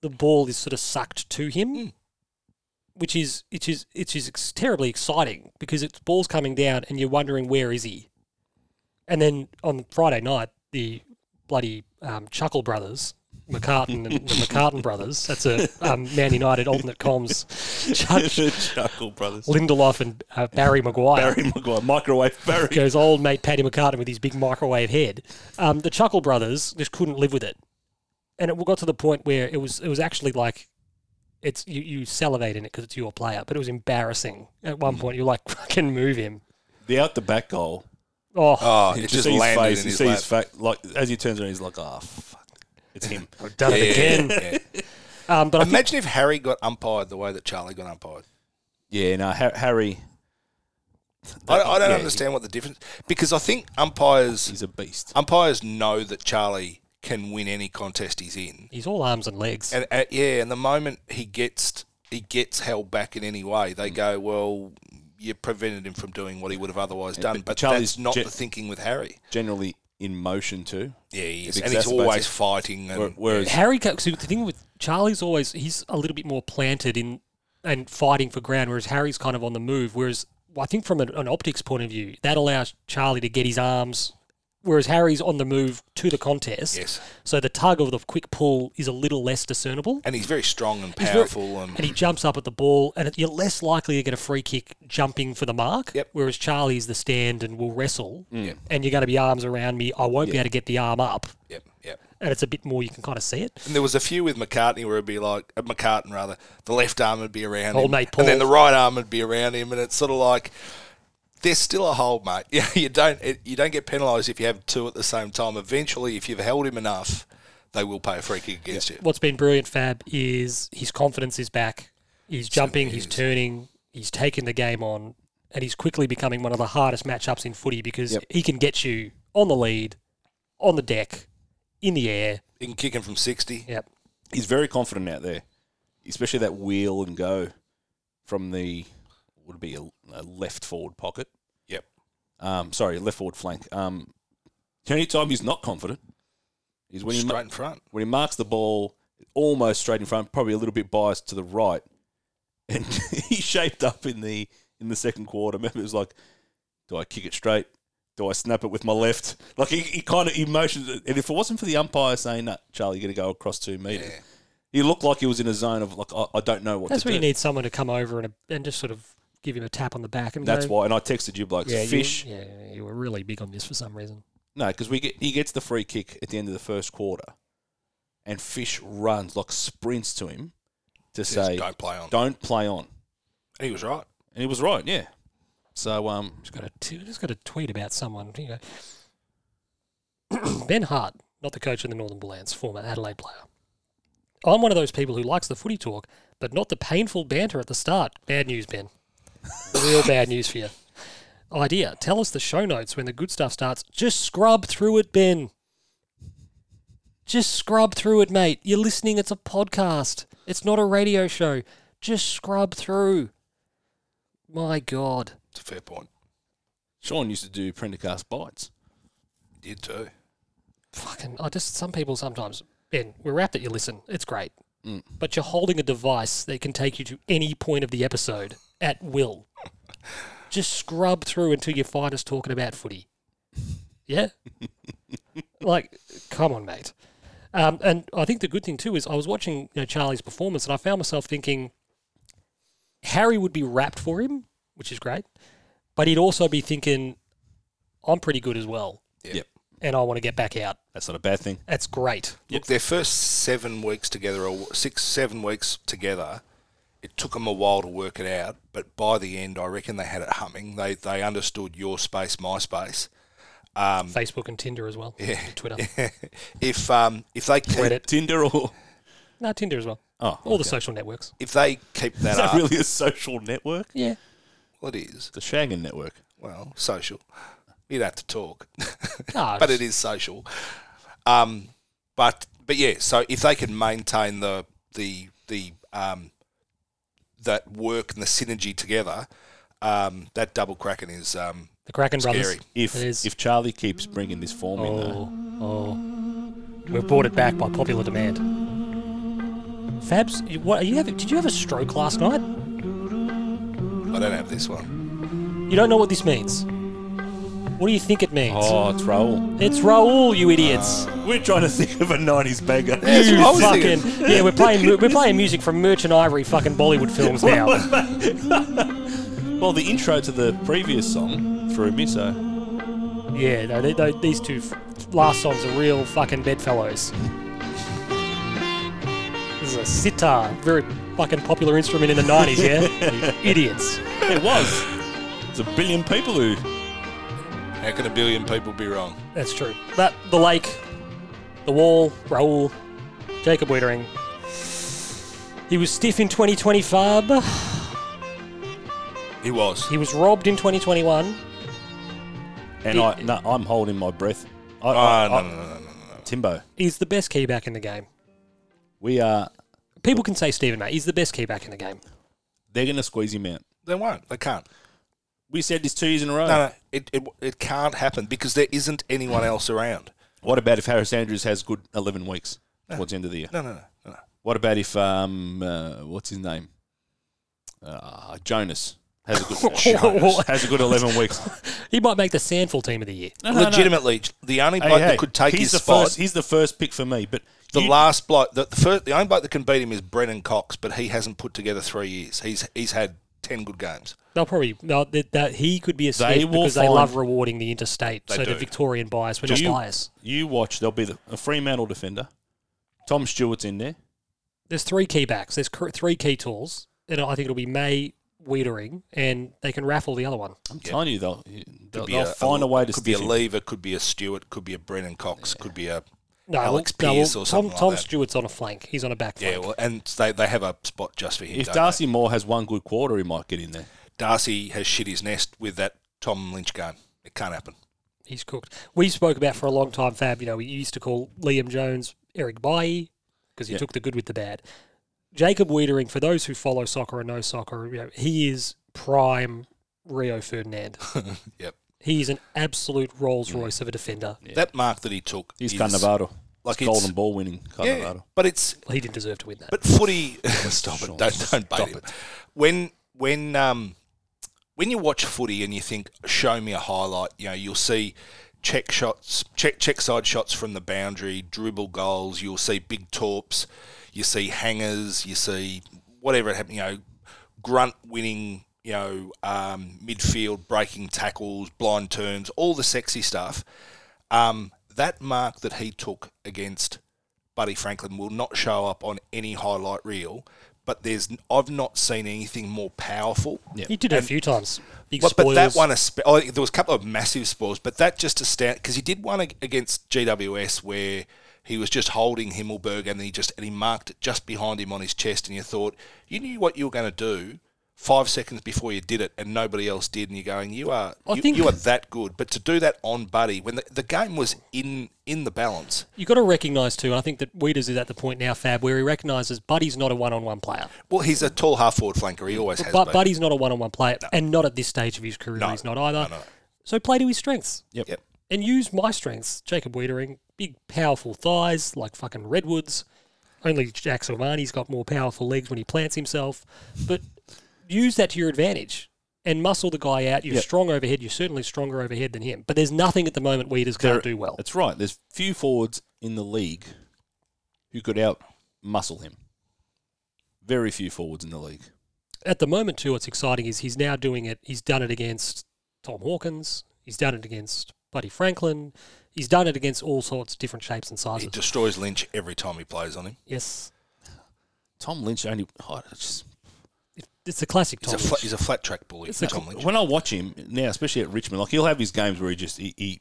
the ball is sort of sucked to him, which is which is which is ex- terribly exciting because it's ball's coming down and you're wondering where is he, and then on Friday night the bloody um, Chuckle Brothers. McCartan and the McCartan brothers. That's a um, Man United alternate comms. *laughs* Chuck,
*laughs* Chuckle Brothers.
Lindelof and uh, Barry Maguire
Barry *laughs* McGuire, microwave Barry.
goes old mate Paddy McCartan with his big microwave head. Um, the Chuckle brothers just couldn't live with it, and it got to the point where it was it was actually like it's you, you salivate in it because it's your player, but it was embarrassing at one point. You're like *laughs* fucking move him.
The out the back goal.
*laughs* Oh,
Oh,
You
it
just
just
see his
landed
face.
in
You
his
see
lap.
his face. Like as he turns around, he's like, "Ah, fuck, it's
*laughs*
him."
I've done it again.
Yeah, yeah.
Um, but I think,
Imagine if Harry got umpired the way that Charlie got umpired.
yeah, no, Har- Harry,
I, I don't
yeah,
understand what the difference because I think umpires
he's a beast.
umpires know that Charlie can win any contest he's in,
he's all arms and legs.
and uh, yeah, and the moment he gets he gets held back in any way,
Mm.
they go, well, you prevented him from doing what he would have otherwise done.
but
But
Charlie's
that's not
ge-
the thinking with Harry.
Generally in motion too.
Yeah, he is.
It
and he's
exacerbates
always
it.
fighting. And,
Where- Whereas
Harry, co- so the thing with Charlie's always he's a little bit more planted in and fighting for ground, whereas Harry's kind of on the move. Whereas well, I think from an, an optics point of view, that allows Charlie to get his arms whereas Harry's on the move to the contest.
Yes.
So the tug of the quick pull is a little less discernible.
And he's very strong and
He's very-
powerful. and,
and he jumps up at the ball, and you're less likely to get a free kick jumping for the mark.
Yep. Mm.
Whereas Charlie's the stand and will wrestle,
Yep.
and you're going to be arms around me. I won't be able to get the arm up,
yep, yep.
and it's a bit more. You can kind of see it.
And there was a few with McCartney where it'd be like uh, McCartan rather, the left arm would be around
Old
him,
mate
and then
Paul.
the right arm would be around him, and it's sort of like there's still a hold, mate. *laughs* Yeah, you don't it, you don't get penalised if you have two at the same time. Eventually, if you've held him enough, they will pay a free kick against you.
What's been brilliant, Fab, is his confidence is back. He's jumping, he's turning, he's taking the game on, and he's quickly becoming one of the hardest matchups in footy because he can get you on the lead, on the deck, in the air.
You can kick him from sixty.
Yep.
he's very confident out there, especially that wheel and go from the would be a, a left forward pocket.
Yep.
Um, sorry, left forward flank. Um, the only time he's not confident is when he ma-
Straight in front.
when he marks the ball almost straight in front, probably a little bit biased to the right, *laughs* and he shaped up in the in the second quarter. Remember, it was like, do I kick it straight? Do I snap it with my left? *laughs* Like he, he kind of emotions, it. and if it wasn't for the umpire saying, "No, Charlie, you're gonna go across two meters," he looked like he was in a zone of like, I, I don't know what
That's
to
where
do.
you need someone to come over and, and just sort of give him a tap on the back. And
That's
go,
why. And I texted you blokes,
Yeah, you-
fish.
yeah, you were really big on this for some reason.
No, because we get he gets the free kick at the end of the first quarter, and Fish runs like sprints to him to say,
don't play on.
Don't play on."
And he was right.
And he was right, yeah. So um,
Just got a t- just got a tweet about someone. You know. *clears throat* ben Hart, not the coach of the Northern Bullants, former Adelaide player. I'm one of those people who likes the footy talk, but not the painful banter at the start. Bad news, Ben. *laughs* Real bad news for you. Idea: Tell us the show notes when the good stuff starts. Just scrub through it, Ben. Just scrub through it, mate. You're listening. It's a podcast. It's not a radio show. Just scrub through. My God.
It's a fair point.
Sean used to do Prendergast bites.
He did too.
fucking I just some people sometimes Ben, we're apt that you listen. It's great. But you're holding a device that can take you to any point of the episode at will. just scrub through until you find us talking about footy. Yeah? like, come on, mate. Um, and I think the good thing too is I was watching you know, Charlie's performance and I found myself thinking Harry would be wrapped for him, which is great. But he'd also be thinking, I'm pretty good as well,
Yep.
and I want to get back out.
that's not a bad thing.
That's great.
Look, their first seven weeks together, or six, seven weeks together, it took them a while to work it out. But by the end, I reckon they had it humming. They they understood your space, my space. *laughs* Um,
Facebook and Tinder as well. Yeah. Twitter.
if um if they keep
Reddit.
Tinder or
No, Tinder as well.
Oh,
All the social networks.
if they keep
*laughs*
that
is that
up,
really a social network?
Yeah.
well, it is
The Shagan network.
well social. You don't have to talk, *laughs*
No,
but it is social. Um, but but yeah, so if they can maintain the the the um that work and the synergy together, um, that double cracking is um
The Kraken Brothers.
Scary.
If
it is.
if Charlie keeps bringing this form in, though,
oh,
uh,
oh. We've brought it back by popular demand. Fabs, you- what, are you having, did you have a stroke last night?
I don't have this one.
You don't know what this means. What do you think it means?
oh, it's Raul.
It's Raul, you
Uh,
idiots.
We're trying to think of a '90s banger.
that's
you
what I was
fucking.
thinking.
Yeah, we're playing mu- we're playing music from Merchant Ivory fucking
*laughs*
Bollywood films now.
*laughs* well, the intro to the previous song threw me, so
Yeah, no, they, they, these two f- last songs are real fucking bedfellows. This is a sitar, very fucking popular instrument in the 90s, yeah? you idiots.
it was. It's a billion people who.
How can a billion people be wrong?
That's true. But the lake, the wall, Raoul, Jacob Wittering. He was stiff in 2020, Fab.
He was.
He was robbed in 2021.
And I, no, I'm holding my breath. I, I,
Oh, no,
I-
no, no, no, no, no.
Timbo,
He's the best key back in the game.
we are.
People can say Stephen May. He's the best key back in the game.
They're going to squeeze him out.
They won't. They can't.
We said this two years in a row.
No, no. It, it, it can't happen because there isn't anyone else around.
What about if Harris Andrews has good 11 weeks towards the end of the year?
No, no, no, no, no.
What about if, um, uh, what's his name? Uh, Jonas Has a
*laughs*
good, has a good 11 weeks.
He might make the Sandful team of the year.
No, no, no.
Legitimately, the only
Hey,
bloke
hey,
that could take
he's
his
the
spot,
First, he's the first pick for me, but
the
you-
last bloke, the, the first, the only bloke that can beat him is Brennan Cox, but he hasn't put together three years. He's he's had ten good games.
They'll probably they'll, that, that he could be a
They
sniff
will
because they love
find-
rewarding the interstate. so
do.
the Victorian bias, we're
do
not
you,
biased.
you watch, there'll be the, a Fremantle defender. Tom Stewart's in there.
There's three key backs. There's cr- three key tools, and I think it'll be May Weedering, and they can raffle the other one.
I'm telling you, they'll, they'll,
Could be
they'll find a, way to
Could be a
stiff him.
Lever, could be a Stewart, could be a Brennan Cox, could be a
No,
Alex
well, no,
Pearce
well,
or
Tom,
something like
Tom
that.
Stewart's on a flank. He's on a back flank.
yeah, well, and they, they have a spot just for him.
If
don't
Darcy Moore has one good quarter, he might get in there.
they? Darcy has shit his nest with that Tom Lynch game, it can't happen.
He's cooked. We spoke about for a long time, Fab. You know, we used to call Liam Jones Eric Bailly because he
Yeah.
took the good with the bad. Jacob Wiedering, for those who follow soccer and know soccer, you know, he is prime Rio Ferdinand.
Yep.
he is an absolute Rolls Royce of a defender.
That mark that he took
He's
is
Carnevado.
like
Like
it's-
golden ball winning
Yeah,
Carnevado.
but it's
Well, he didn't deserve to win that.
But *laughs* footy, stop
Sean,
it! Don't don't bait
stop
him.
it.
When when um when you watch footy and you think, show me a highlight, you know, you'll see check shots, check check side shots from the boundary, dribble goals. You'll see big torps, you see hangers, you see whatever it happened. You know, grunt winning. You know, um, midfield breaking tackles, blind turns, all the sexy stuff. Um, that mark that he took against Buddy Franklin will not show up on any highlight reel. But there's, I've not seen anything more powerful.
Yeah.
He did it a few times. Big
Well, but that
spoilers.
one, espe- oh, there was a couple of massive spoils, but that just astounded because he did one ag- against GWS where he was just holding Himmelberg and he just and he marked it just behind him on his chest, and you thought you knew what you were going to do five seconds before you did it, and nobody else did, and you're going, you are
I
you,
think-
you are that good, but to do that on Buddy when the, the game was in in the balance,
You've got to recognise, too, and I think that Weeders is at the point now, Fab, where he recognises Buddy's not a one on one player.
well, he's a tall half forward flanker, he always has
But
been.
Buddy's not a one on one player, and not at this stage of his career. He's not either. So play to his strengths.
Yep.
Yep.
and use my strengths. Jacob Wiedering, big powerful thighs like fucking redwoods. Only Jack Silvani's got more powerful legs when he plants himself. But use that to your advantage and muscle the guy out. You're
Yep.
strong overhead. You're certainly stronger overhead than him. But there's nothing at the moment Weeders can't do well.
That's right. There's few forwards in the league who could out muscle him. Very few forwards in the league.
At the moment, too, what's exciting is he's now doing it. He's done it against Tom Hawkins. He's done it against Buddy Franklin. He's done it against all sorts of different shapes and
He
sizes.
destroys Lynch every time he plays on him.
yes.
Tom Lynch only. oh, it's just-
It's the classic
He's
Tom.
a flat, he's a flat track bully.
It's a-
Tom Lynch.
when I watch him now, especially at Richmond, like he'll have his games where he just he he,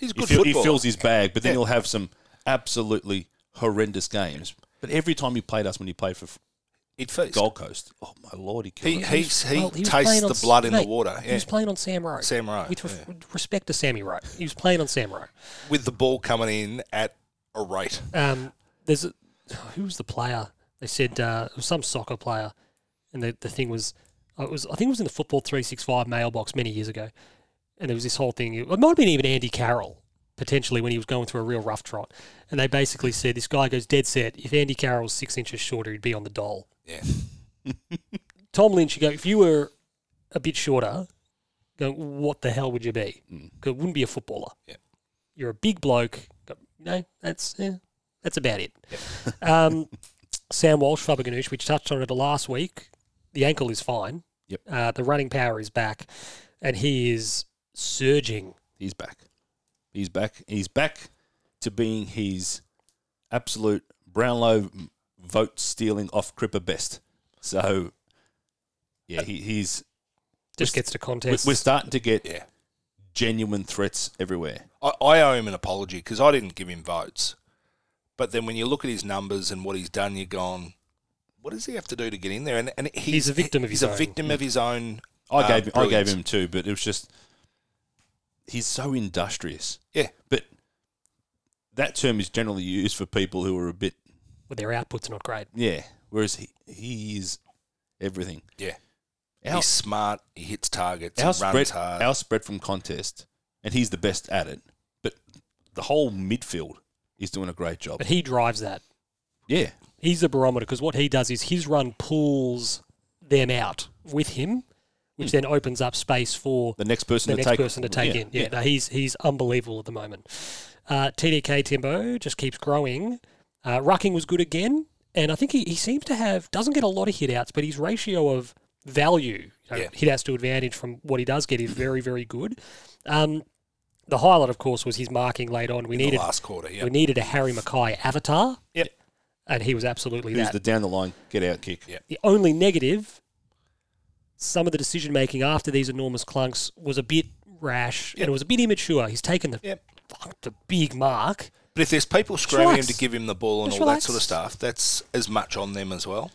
He's a
he,
good
fill- he
footballer.
fills his bag, but then
Yeah.
he'll have some absolutely horrendous games. But every time he played us when he played for
He'd feast.
Gold Coast, oh my lord, he killed
He
us.
he, he
Well, was
tastes
playing on
the blood in the
mate,
water.
He
Yeah.
was playing on Sam Rowe.
Sam Rowe,
With ref-
yeah.
with respect to Sammy Rowe, he was playing on Sam Rowe.
With the ball coming in at a rate.
Um, there's a, who was the player? They said uh, it was some soccer player, and the, the thing was, uh, it was I think it was in the football three six five mailbox many years ago, and there was this whole thing. It might have been even Andy Carroll potentially when he was going through a real rough trot, and they basically said this guy goes dead set. If Andy Carroll's six inches shorter, he'd be on the dole.
Yeah.
Tom Lynch, you go, if you were a bit shorter, go, what the hell would you be? 'Cause It wouldn't be a footballer.
Yeah.
You're a big bloke. Go, no, that's yeah, that's about it. um, Sam Walsh, Faber Ganoush, which touched on it last week. The ankle is fine.
Yep.
Uh, the running power is back, and he is surging.
He's back. He's back. He's back to being his absolute Brownlow vote stealing off cripper best. So, yeah, he, he's
Just gets to
we-
contests.
we're starting to get
Yeah.
genuine threats everywhere.
I, I owe him an apology because I didn't give him votes. But then when you look at his numbers and what he's done, you're gone. What does he have to do to get in there? And, and he's,
a victim of
he's
his own.
a victim of his own.
I
uh,
gave him, I gave
brilliance.
him two, but it was just he's so industrious.
Yeah.
But that term is generally used for people who are a bit
Well, their output's not great.
yeah. Whereas he he is everything.
Yeah.
Our,
he's smart. He hits targets.
our
he
spread
runs hard.
our spread from contest, and he's the best at it. But the whole midfield is doing a great job.
But he drives that.
Yeah,
he's the barometer because what he does is his run pulls them out with him, which then opens up space for
Hmm. The next person to
the next
take
person to take in. Yeah, No, he's he's unbelievable at the moment. Uh, TDK Timbo just keeps growing. Uh, Rucking was good again, and I think he, he seems to have doesn't get a lot of hit outs, but his ratio of value you know,
Yeah.
hit outs to advantage from what he does get is very very good. Um, the highlight, of course, was his marking late on. We
the
needed
last quarter. Yeah,
we needed a Harry Mackay avatar,
yep.
and he was absolutely
Who's
that.
the down the line get out kick?
Yeah.
The only negative, some of the decision making after these enormous clunks was a bit rash and it was a bit immature. He's taken the
Yep.
fuck, the big mark.
But if there's people screaming him
relax.
to give him the ball and
Just
all
relax.
that sort of stuff, that's as much on them as well.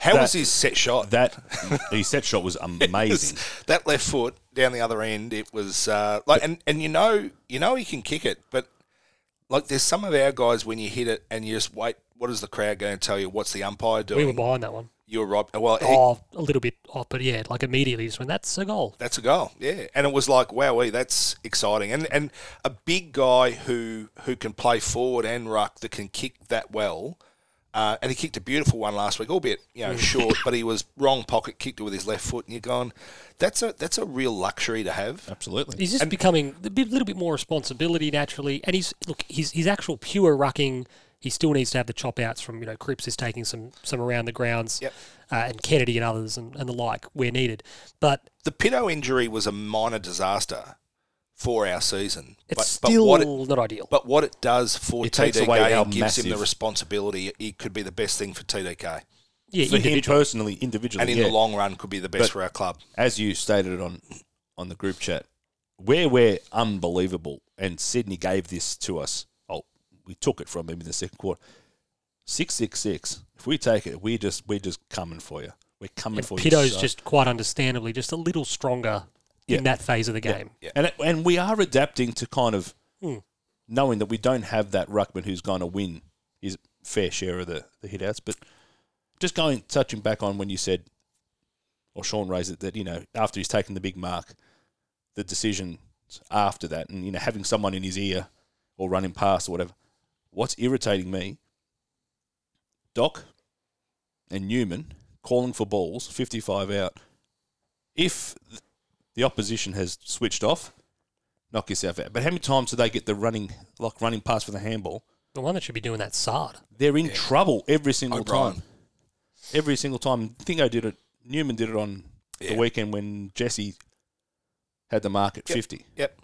How was
That-
his set shot?
That *laughs* his set shot was amazing.
that left foot down the other end, it was uh, like, and, and you know, you know, he can kick it, but like, there's some of our guys when you hit it and you just wait. What is the crowd going to tell you? What's the umpire doing?
We were behind that one.
you were right. Well, he-
Oh, a little bit off, but yeah, like immediately just went, that's a goal.
that's a goal, yeah. And it was like, wow, that's exciting, and and a big guy who who can play forward and ruck that can kick that well. Uh, and he kicked a beautiful one last week, albeit you
Mm.
know short, but he was wrong pocket kicked it with his left foot, and you're gone. That's a that's a real luxury to have.
Absolutely.
He's just becoming a bit, little bit more responsibility naturally. And he's, look, his, his actual pure rucking, he still needs to have the chop outs from, you know, Cripps is taking some, some around the grounds
Yep.
uh, and Kennedy and others and, and the like where needed. But
the Pito injury was a minor disaster for our season.
it's
but
still
what it,
not ideal.
but what it does for
It takes away
TDK
how
it gives him the
massive-
responsibility. It could be the best thing for TDK,
yeah,
For him
individual.
personally, individually,
and in
yeah.
the long run, could be the best
But-
for our club.
as you stated on on the group chat, where we're unbelievable, and Sydney gave this to us. Oh, we took it from him in the second quarter. Six six six. If we take it, we just we just coming for you. We're coming
And
for you.
Pitto's
so-
just quite understandably just a little stronger
Yeah.
in that phase of the game.
Yeah.
and it, and we are adapting to kind of knowing that we don't have that ruckman who's going to win his fair share of the the hitouts. But just going touching back on when you said, or Sean raised it that you know after he's taken the big mark, the decisions after that, and you know having someone in his ear or running past or whatever. What's irritating me, Doc, and Newman calling for balls, fifty-five out. If the opposition has switched off. Knock yourself out. But how many times do they get the running, like running pass for the handball?
The one that should be doing that Sard.
They're in trouble every single
O'Brien.
time. Every single time. Thingo did it. Newman did it on the weekend when Jesse had the mark at fifty.
Yep,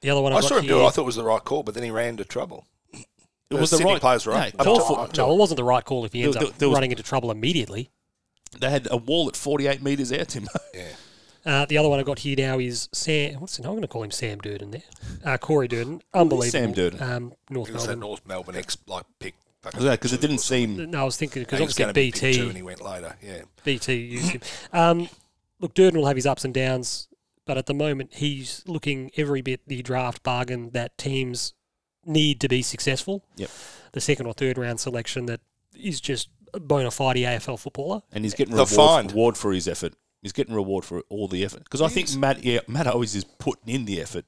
The other one
I
I've
saw
got
him do it.
here-
I thought it was the right call, but then he ran into trouble.
It
The
was the
Sydney
right
players were up-
No,
up
call
top.
for-
No, it wasn't the right call if he ends
There-
up
there was-
running into trouble immediately.
they had a wall at forty-eight meters out. *laughs* Tim.
Uh, the other one I got here now is Sam. What's the, I'm going to call him Sam Durden there. Uh, Corey Durden. Unbelievable.
Sam Durden?
Um, North
It was that
Melbourne.
North Melbourne ex like pick. fucking
Because it
two or
didn't
something.
seem.
No, I was thinking because
He was
obviously
going to be pick two, and
BT,
he went later. Yeah,
BT used him. Um, look, Durden will have his ups and downs, but at the moment he's looking every bit the draft bargain that teams need to be successful.
Yep.
The second or third round selection that is just a bona fide AFL footballer.
And he's getting
The
reward,
find.
reward for his effort. He's getting reward for all the effort. Because I think Matt, yeah, Matt always is putting in the effort.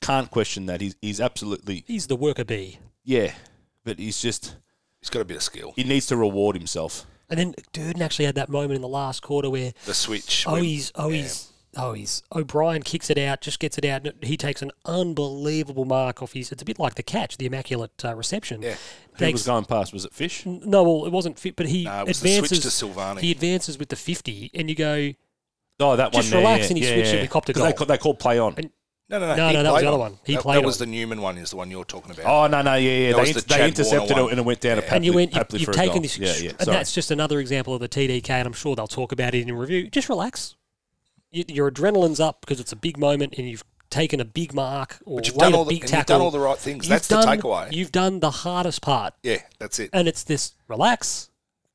Can't question that. He's, he's absolutely
He's the worker bee.
Yeah, but he's just
he's got a bit of skill.
he needs to reward himself.
And then Durden actually had that moment in the last quarter where
The switch.
Oh,
when-
he's oh he's oh he's O'Brien kicks it out, just gets it out. And he takes an unbelievable mark off his. It's a bit like the catch, the immaculate uh, reception.
Yeah.
Who was
Takes,
going past? Was it Fish?
no, well, it wasn't fit, but he
No, it was the switch
advances.
to Silvani.
He advances with the fifty, and you go
Oh, that
Just
one. there,
relax
yeah,
and he
yeah,
switched it,
yeah.
we copped a
'Cause They,
goal.
ca- they called play on.
no, no, no.
No,
he
no, that was
played
the other
on.
one. He
that,
played
that was
on.
the Newman one. Is the one you're talking about?
Oh no, no, yeah, yeah.
That
They,
was
in-
the
they
Chad
intercepted
Warner
it and it went down a
and you went.
Papley
You've,
for
you've
a
taken
goal.
this,
Yeah, yeah.
and
sorry.
that's just another example of the TDK. And I'm sure they'll talk about it in review. Just relax. You, your adrenaline's up because it's a big moment, and you've taken a big mark or
But you've
laid
done
a
all the- and
big
you've done
tackle.
all the right things.
You've
That's the
done-
takeaway.
You've done the hardest part.
yeah, that's it.
and it's this relax,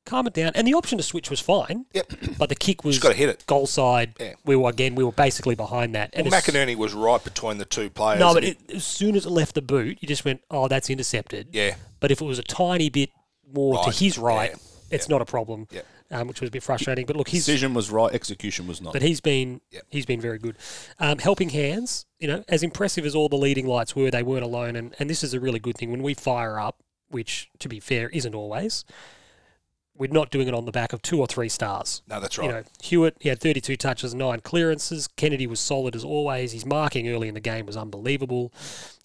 calm it down. And the option to switch was
*coughs*
fine.
Yep.
But the kick was
gotta hit it.
goal side.
Yeah.
We were again we were basically behind that. And
Well,
as-
McInerney was right between the two players.
no,
and
but
he-
it, as soon as it left the boot, you just went, Oh, that's intercepted.
Yeah.
But if it was a tiny bit more to
Right,
his right,
yeah,
it's not a problem.
Yeah.
Um, which was a bit frustrating. But look he's
decision was right, execution was not.
but he's been
Yeah.
he's been very good. Um, helping hands, you know, as impressive as all the leading lights were, they weren't alone, and, and this is a really good thing. When we fire up, which to be fair isn't always, we're not doing it on the back of two or three stars.
No, that's
You
right.
know, Hewitt, he had 32 touches, nine clearances. Kennedy was solid as always. His marking early in the game was unbelievable.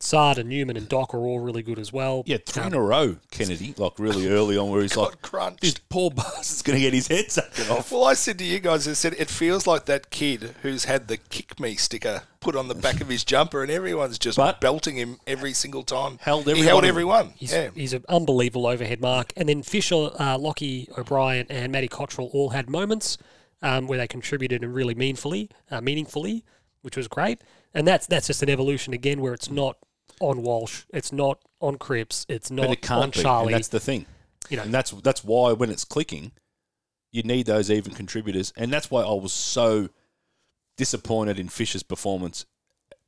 Sard and Newman and Dock are all really good as well.
Yeah, three in a row, Kennedy, like really early on, where he's like,
Got crunched.
this poor *laughs* bastard's going to get his head sucked off.
Well, I said to you guys, I said it feels like that kid who's had the "kick me" sticker put on the back of his jumper, and everyone's just
But-
belting him every single time.
Held
He
everyone
held
in-
everyone.
He's,
yeah,
he's an unbelievable overhead mark. And then Fisher, uh, Lockie O'Brien, and Matty Cottrell all had moments um, where they contributed and really meaningfully, uh, meaningfully, which was great. And that's that's just an evolution again, where it's not on Walsh, it's not on Cripps, it's not
But it
on
can't be. And
Charlie.
that's the thing.
you know,
And that's that's why when it's clicking, you need those even contributors. And that's why I was so disappointed in Fisher's performance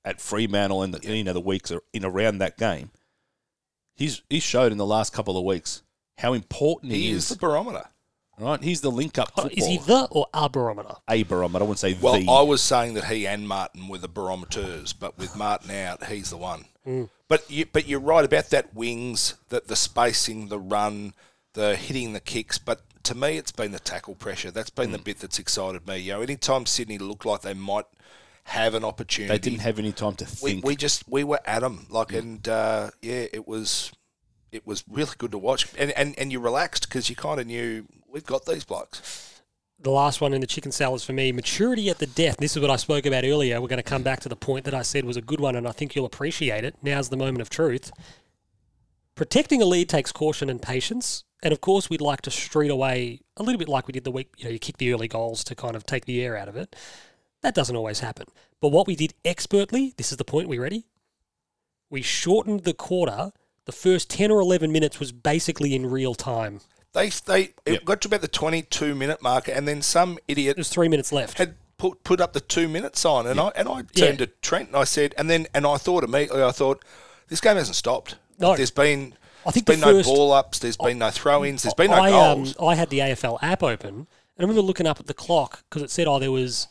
at Fremantle and the, you know the weeks ar- in around that game. He's he showed in the last couple of weeks how important he,
he is
is.
the barometer.
right, he's the link up
Oh,
football.
is he the or a barometer?
a barometer? I wouldn't say
Well,
the.
I was saying that he and Martin were the barometers, but with Martin out, he's the one. But you, but you're right about that wings, that the spacing, the run, the hitting the kicks. But to me, it's been the tackle pressure. That's been the
Mm.
bit that's excited me. You know, anytime Sydney looked like they might have an opportunity,
they didn't have any time to
we,
think.
we just we were at 'em, like and uh, yeah it was it was really good to watch and and, and you relaxed because you kind of knew we've got these blokes
the last one in the chicken salads for me maturity at the death this is what i spoke about earlier we're going to come back to the point that i said was a good one and i think you'll appreciate it now's the moment of truth protecting a lead takes caution and patience and of course we'd like to street away a little bit like we did the week you know you kick the early goals to kind of take the air out of it that doesn't always happen but what we did expertly this is the point we ready we shortened the quarter the first 10 or 11 minutes was basically in real time
they they it
Yep.
got to about the 22 minute marker and then some idiot
there's three minutes left
had put put up the two minute sign and I and I turned
Yeah.
to Trent and I said and then and I thought immediately I thought this game hasn't stopped
No.
there's been
I think
there's
the
been
first-
no ball ups there's been no throw ins there's been no
I,
goals
Um, I had the AFL app open, and I remember looking up at the clock because it said, "Oh, there was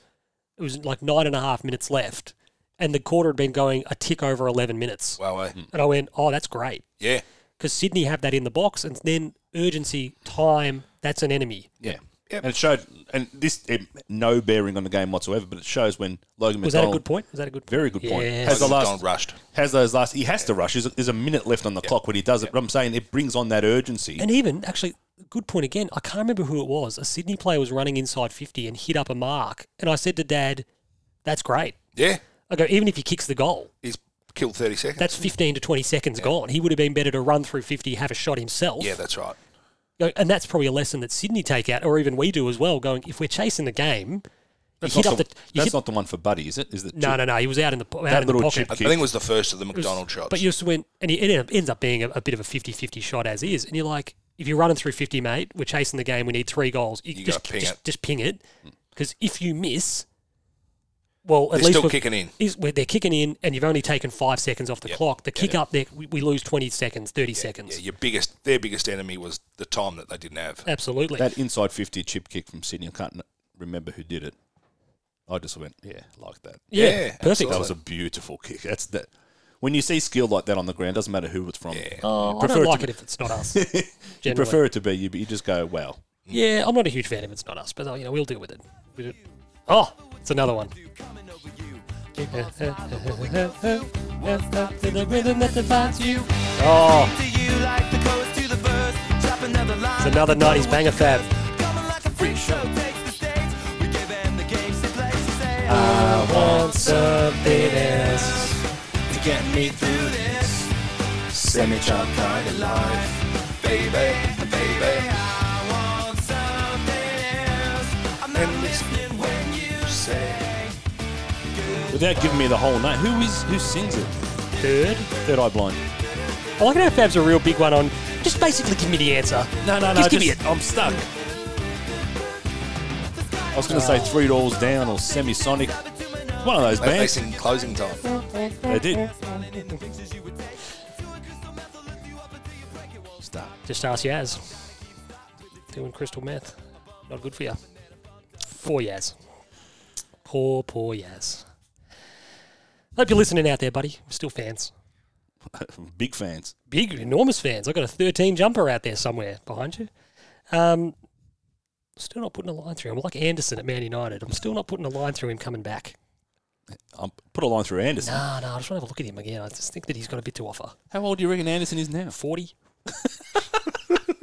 it was like nine and a half minutes left, and the quarter had been going a tick over eleven minutes."
well eh,
And I went, "Oh, that's great,"
yeah
because Sydney have that in the box, and then urgency, time, that's an enemy.
yeah.
Yep.
And it showed, and this it, no bearing on the game whatsoever. But it shows when Logan
Was that a
McDonald,
good point? Was that a good point?
very good point,
Yeah.
has the
Logan
last
McDonald rushed
has those last. He has to rush. There's a, there's a minute left on the clock when he does it. But I'm saying it brings on that urgency.
And even actually, good point again. I can't remember who it was. A Sydney player was running inside fifty and hit up a mark, and I said to Dad, "That's great."
yeah
I go, even if he kicks the goal,
he's killed 30 seconds
that's 15 to 20 seconds gone. He would have been better to run through 50, have a shot himself.
yeah that's right
You know, And that's probably a lesson that Sydney take out, or even we do as well, going, if we're chasing the game,
That's,
you
not
hit
the,
up the. You
that's
hit,
not the one for Buddy, is it? Is the
no, no, no. He was out in the, po- out
That
in the
little
pocket.
chip
I think it was the first of the McDonald shots.
But you just went, and it ended up- ends up being a, a bit of a 50 50 shot as is. And you're like, if you're running through 50, mate, we're chasing the game, we need three goals. You,
You
just,
gotta ping
just,
it. Hmm.
just ping it. Because if you miss, well,
They're
at least
still
we've-
kicking in.
Is where they're kicking in, and you've only taken five seconds off the clock. The kick up there, we, we lose twenty seconds, thirty seconds.
yeah, your biggest, their biggest enemy was the time that they didn't have.
Absolutely.
That inside 50 chip kick from Sydney. I can't n- remember who did it. I just went, yeah, like that.
yeah,
Yeah,
perfect.
That was a beautiful kick. That's that. When you see skill like that on the ground, doesn't matter who it's from.
Oh,
prefer
I don't
it to
like
be-
it if it's not us.
*laughs* you
generally.
prefer it to be you, but you just go, wow.
yeah, I'm not a huge fan if it's not us, but uh, you know we'll deal with it. We do- Oh, it's another one. Oh,
It's
another 90s banger fab. I want something else.
to get me through this. Send me some kind of life, baby, baby. I want something else. I'm not listening when you say.
Without giving me the whole name, who is who sings it?
Third.
Third Eye Blind.
I like it how Fab's a real big one on just basically give me the answer.
No, no, no.
Just give me
it. I'm stuck. I was going to say Three Doors Down or Semisonic. One of those
They, they
bands.
sing closing time.
They did.
Just ask Yaz. Doing crystal meth. Not good for you. Poor Yaz. Poor, poor Yaz. Hope you're listening out there, buddy. We're still fans.
*laughs* Big fans.
Big, enormous fans. I've got a 13 jumper out there somewhere behind you. Um, still not putting a line through him. Like Anderson at Man United, I'm still not putting a line through him coming back.
I'll Um, put a line through Anderson.
No, no, I just want to have a look at him again. I just think that he's got a bit to offer.
How old do you reckon Anderson is now? *laughs*
40. no,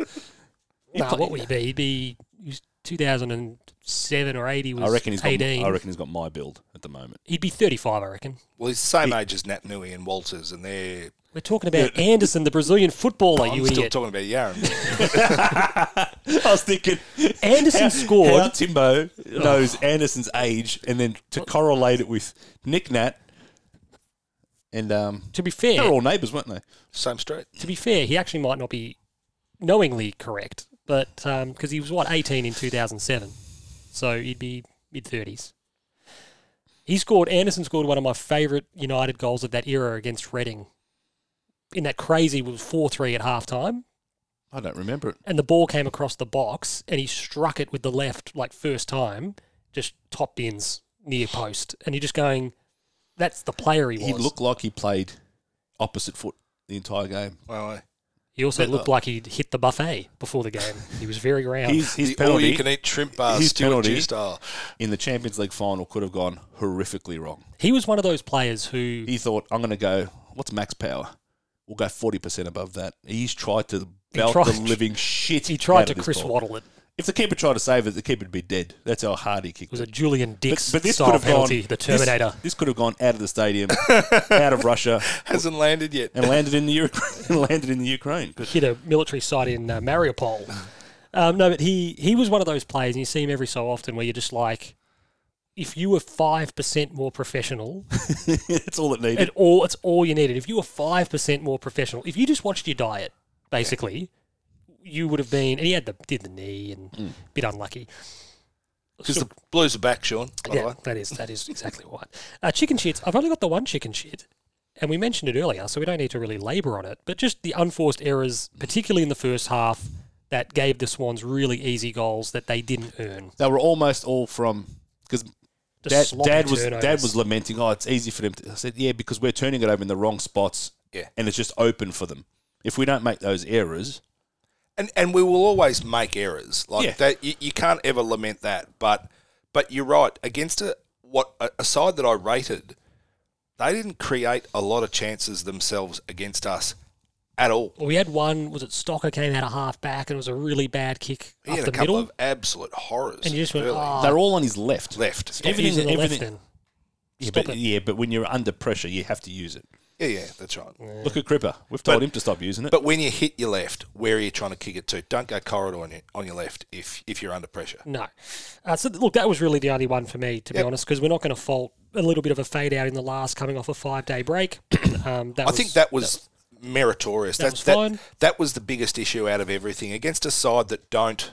play-
what would he be? He'd be he was 2007 or 80 was
I reckon he's
18.
got. I reckon he's got my build at the moment.
He'd be 35, I reckon.
Well, he's the same age as Nat Nui and Walters, and they're.
We're talking about Anderson, the Brazilian footballer,
I'm
you
still
idiot.
talking about Yaron.
*laughs* I was thinking
Anderson
how,
scored.
How Timbo knows Anderson's age, and then to correlate it with Nick Nat, and um,
to be fair,
they're all neighbours, weren't they?
same straight.
to be fair, he actually might not be knowingly correct, but because he was what 18 in 2007, so he'd be mid 30s. He scored. Anderson scored one of my favourite United goals of that era against Reading. In that crazy it was four three at half time,
I don't remember it.
and the ball came across the box, and he struck it with the left like first time, just top bins near post, and you're just going, "That's the player he was."
He looked like he played opposite foot the entire game.
Well, uh,
He also looked like he'd hit the buffet before the game. He was very round.
His, his
the
penalty
all-you-can-eat shrimp bar,
his
Stuart
penalty-
Jew style.
in the Champions League final could have gone horrifically wrong.
He was one of those players who
He thought, "I'm going to go. What's max power? We'll go forty percent above that." He's tried to belt
tried-
the living shit.
he tried
out
to
of this
Chris
ball.
Waddle it. It
If the keeper tried to save it, the keeper'd be dead. That's how hard he kicked
was
it.
a Julian Dix
but this could
style
have
penalty,
gone
the
*laughs*
Terminator.
This, this could have gone out of the stadium, *laughs* out of Russia,
Hasn't landed yet.
and landed in the Ukraine. and *laughs* landed in the Ukraine. 'Cause *laughs*
hit a military site in uh, Mariupol. Um, no, but he he was one of those players, and you see him every so often where you're just like, if you were five percent more professional,
*laughs* That's all it needed.
it all it's all you needed. If you were five percent more professional, if you just watched your diet, basically, you would have been. And he had the did the knee and
Mm.
a bit unlucky.
Because the Blues are back, Sean, by the
Yeah,
way.
that is that is exactly right. Uh, chicken shits. I've only got the one chicken shit, and we mentioned it earlier, so we don't need to really labour on it. But just the unforced errors, particularly in the first half, that gave the Swans really easy goals that they didn't earn.
they were almost all from because
Just
dad,
sloppy
dad was
turnovers.
dad was lamenting. Oh, it's easy for them. To, I said, yeah, because we're turning it over in the wrong spots.
Yeah.
and it's just open for them. If we don't make those errors,
and and we will always make errors like
Yeah.
that. You, you can't ever lament that, but but you're right against a what a, a side that I rated. They didn't create a lot of chances themselves against us at all.
Well, we had one. Was it Stocker came out of half back and it was a really bad kick
He
up
had a
the
couple
middle,
of absolute horrors.
and you just went,
early.
"Ah,
they're all on his left.
left.
Everything-
using the left."
everything-
Then
Yeah,
Stop
but,
it.
yeah, but when you're under pressure, you have to use it.
Yeah, yeah, that's right.
Look at Cripper. We've told
But-
him to stop using it.
But when you hit your left, where are you trying to kick it to? Don't go corridor on your, on your left if if you're under pressure.
No. Uh, so, th- look, that was really the only one for me, to be
Yep.
honest, because we're not going to fault a little bit of a fade out in the last coming off a five day break. *clears throat* um, that
I think that was meritorious. That,
was
that,
fine.
that was the biggest issue out of everything against a side that don't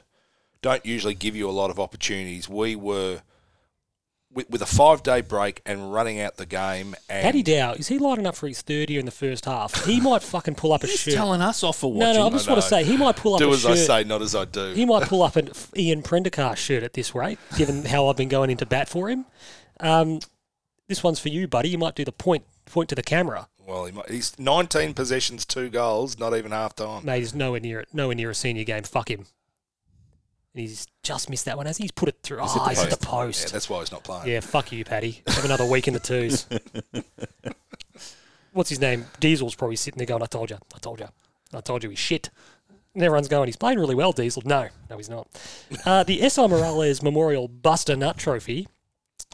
don't usually give you a lot of opportunities. We were with, with a five day break and running out the game. And
Paddy Dow, is he lining up for his 30 in the first half? He might fucking pull up a shirt. No,
us off for
no, I just want to
know.
say he might pull up
do
a
as I
shirt.
say, not as I do.
He might pull up an f- Ian Prendergast shirt at this rate, given how I've been going into bat for him. Um, this one's for you, buddy. You might do the point point to the camera.
well, he might, he's nineteen possessions, two goals, not even half time.
Mate, he's nowhere near it. Nowhere near a senior game. Fuck him. And he's just missed that one. Has he? He's put it through. Ah, he's at the
Yeah,
post.
that's why he's not playing.
Yeah, fuck you, Paddy. Have another week in
*laughs*
the twos. What's his name? Diesel's probably sitting there going, I told you, I told you, I told you he's shit. And everyone's going, he's playing really well, Diesel. No, no, he's not. Uh, the SI Morales Memorial Buster Nut Trophy.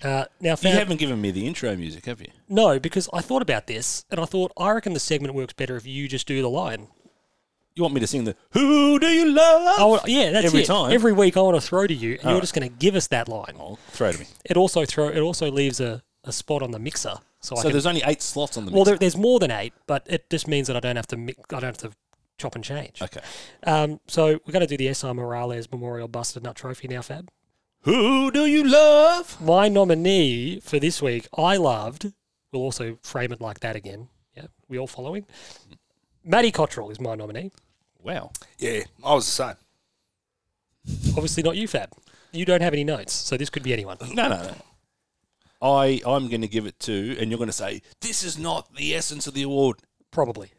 Uh, now,
You
found,
haven't given me the intro music, have you?
no, because I thought about this and I thought, I reckon the segment works better if you just do the line.
You want me to sing the "Who Do You Love"?
I want, yeah, that's
Every
it.
time?
Every week I want to throw to you and you're just going to give us that line.
Oh, throw it to me.
It also throw. It also leaves a, a spot on the mixer. So, I
So
can
there's only eight slots on the.
Well,
mix.
there, there's more than eight, but it just means that I don't have to mix, I don't have to chop and change.
okay.
Um, so we're going to do the SI Morales Memorial Busted Nut Trophy now, Fab.
Who do you love?
My nominee for this week, I loved. We'll also frame it like that again. Yeah, we all following. Matty Cottrell is my nominee.
Wow.
yeah I was the same.
Obviously not you, Fab. You don't have any notes, so this could be anyone.
No, no, no. I I'm going to give it to, and you're going to say this is not the essence of the award.
Probably.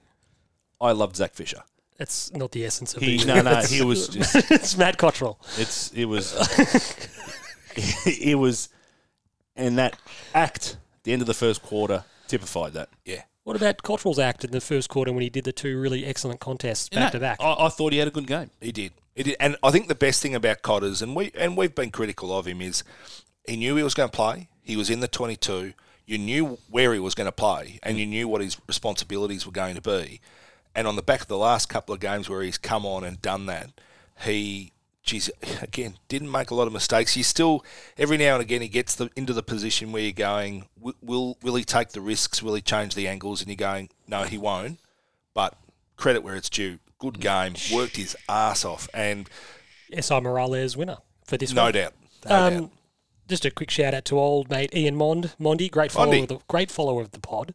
I loved Zach Fisher.
It's not the essence of
He,
the.
no, no, he
*laughs*
was just.
it's Matt Cottrell.
It's it was *laughs* it was, and that act at the end of the first quarter typified that.
Yeah.
What about Cottrell's act in the first quarter when he did the two really excellent contests back to back?
I, I thought he had a good game.
He did. He did. And I think the best thing about Cotters, and we and we've been critical of him, is he knew he was going to play. He was in the twenty two. You knew where he was going to play, and you knew what his responsibilities were going to be. And on the back of the last couple of games where he's come on and done that, he, geez, again, didn't make a lot of mistakes. He's still every now and again he gets the, into the position where you're going, "W- will will he take the risks? Will he change the angles? And you're going, no, he won't but credit where it's due. Good game,
Mm.
worked his ass off, and
SI Morales winner for this
no
one.
doubt, no doubt.
Um, just a quick shout out to old mate Ian Mond, Mondi, great follower,
Mondi.
of the, great follower of the pod,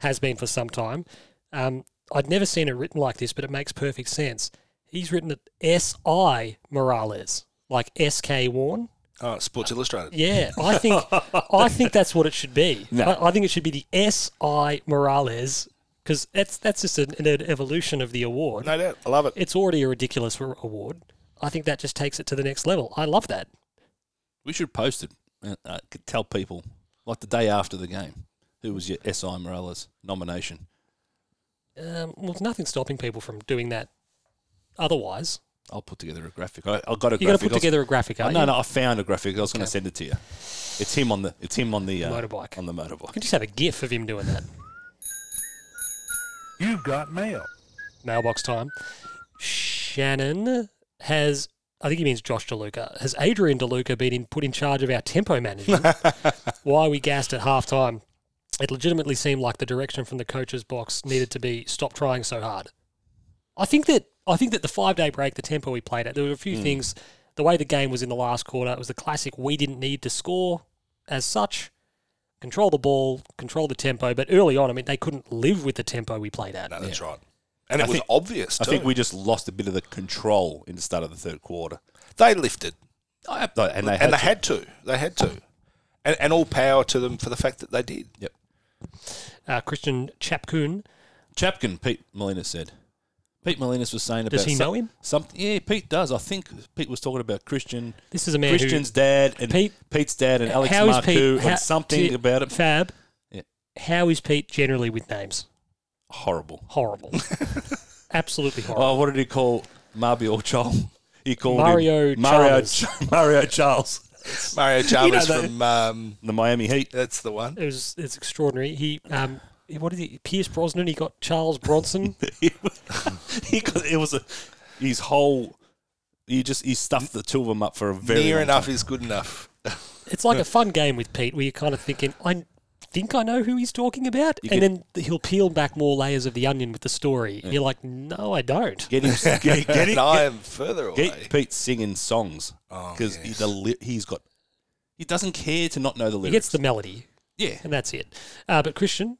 has been for some time. Um, I'd never seen it written like this, but it makes perfect sense. He's written it S I Morales, like S K Warren.
Oh, Sports Illustrated.
Yeah, I
*laughs*
think I think that's what it should be.
No.
I, I think it should be the S I Morales because that's that's just an, an evolution of the award.
No doubt, I love it.
It's already a ridiculous re- award. I think that just takes it to the next level. I love that.
We should post it. and uh, could tell people like the day after the game who was your SI Morales nomination.
Um, well, there's nothing stopping people from doing that. Otherwise,
I'll put together a graphic. I, I got a
you got to
graphic.
put together a graphic.
I was,
Aren't
no,
you?
no, I found a graphic. I was going to send it to you. It's him on the. It's him on the uh,
Motorbike.
On the
Could
motorbike.
just have a GIF of him doing that.
You've got mail.
Mailbox time. Shannon has. I think he means Josh DeLuca. Has Adrian DeLuca been in, put in charge of our tempo management? Why are we gassed at halftime? It legitimately seemed like the direction from the coach's box needed to be stop trying so hard. I think that I think that the five day break, the tempo we played at, there were a few things. The way the game was in the last quarter, it was the classic we didn't need to score as such. Control the ball, control the tempo, but early on, I mean, they couldn't live with the tempo we played at.
No, that's right. And it
I
was
think-
obvious.
I
too.
think we just lost a bit of the control in the start of the third quarter.
they lifted,
I, and they
and
had
they had to. They had to, and, and all power to them for the fact that they did.
Yep.
Uh, Christian Chapcoon
Chapkin, Pete Molinas said. Pete Molinas was saying
Does
about
he
some-
know him?
Something, yeah, Pete does. I think Pete was talking about Christian,
This is a man who-
Christian's dad and
Pete-
Pete's dad and Alex
How is
Marcoux
how-
and something
do-
about it.
Fab.
Yeah.
How is Pete generally with names?
Horrible. *laughs*
Horrible. Absolutely horrible.
Oh, what did he call Marby or Charles? *laughs* He called him
Mario
Mario
Chalmers.
Ch- *laughs* Mario Charles,
Mario Chalmers
know, they-
from um,
the Miami Heat.
that's the one.
It was it's extraordinary. He um he- what did he Pierce Brosnan, he got Charles
*laughs*
Bronson.
he got, it was a, his whole. He just he stuffed the two of them up for a very
Near
long
enough
time.
is good enough.
it's like a fun game with Pete where you're kind of thinking, I think I know who he's talking about and then he'll peel back more layers of the onion with the story. You're like, No, I don't.
Get
*laughs*
him, get, get him,
and I am further away.
Pete, Pete's singing songs
Oh,
because the li- he's got he doesn't care to not know the
He
lyrics.
gets the melody.
yeah.
and that's it. Uh, but Christian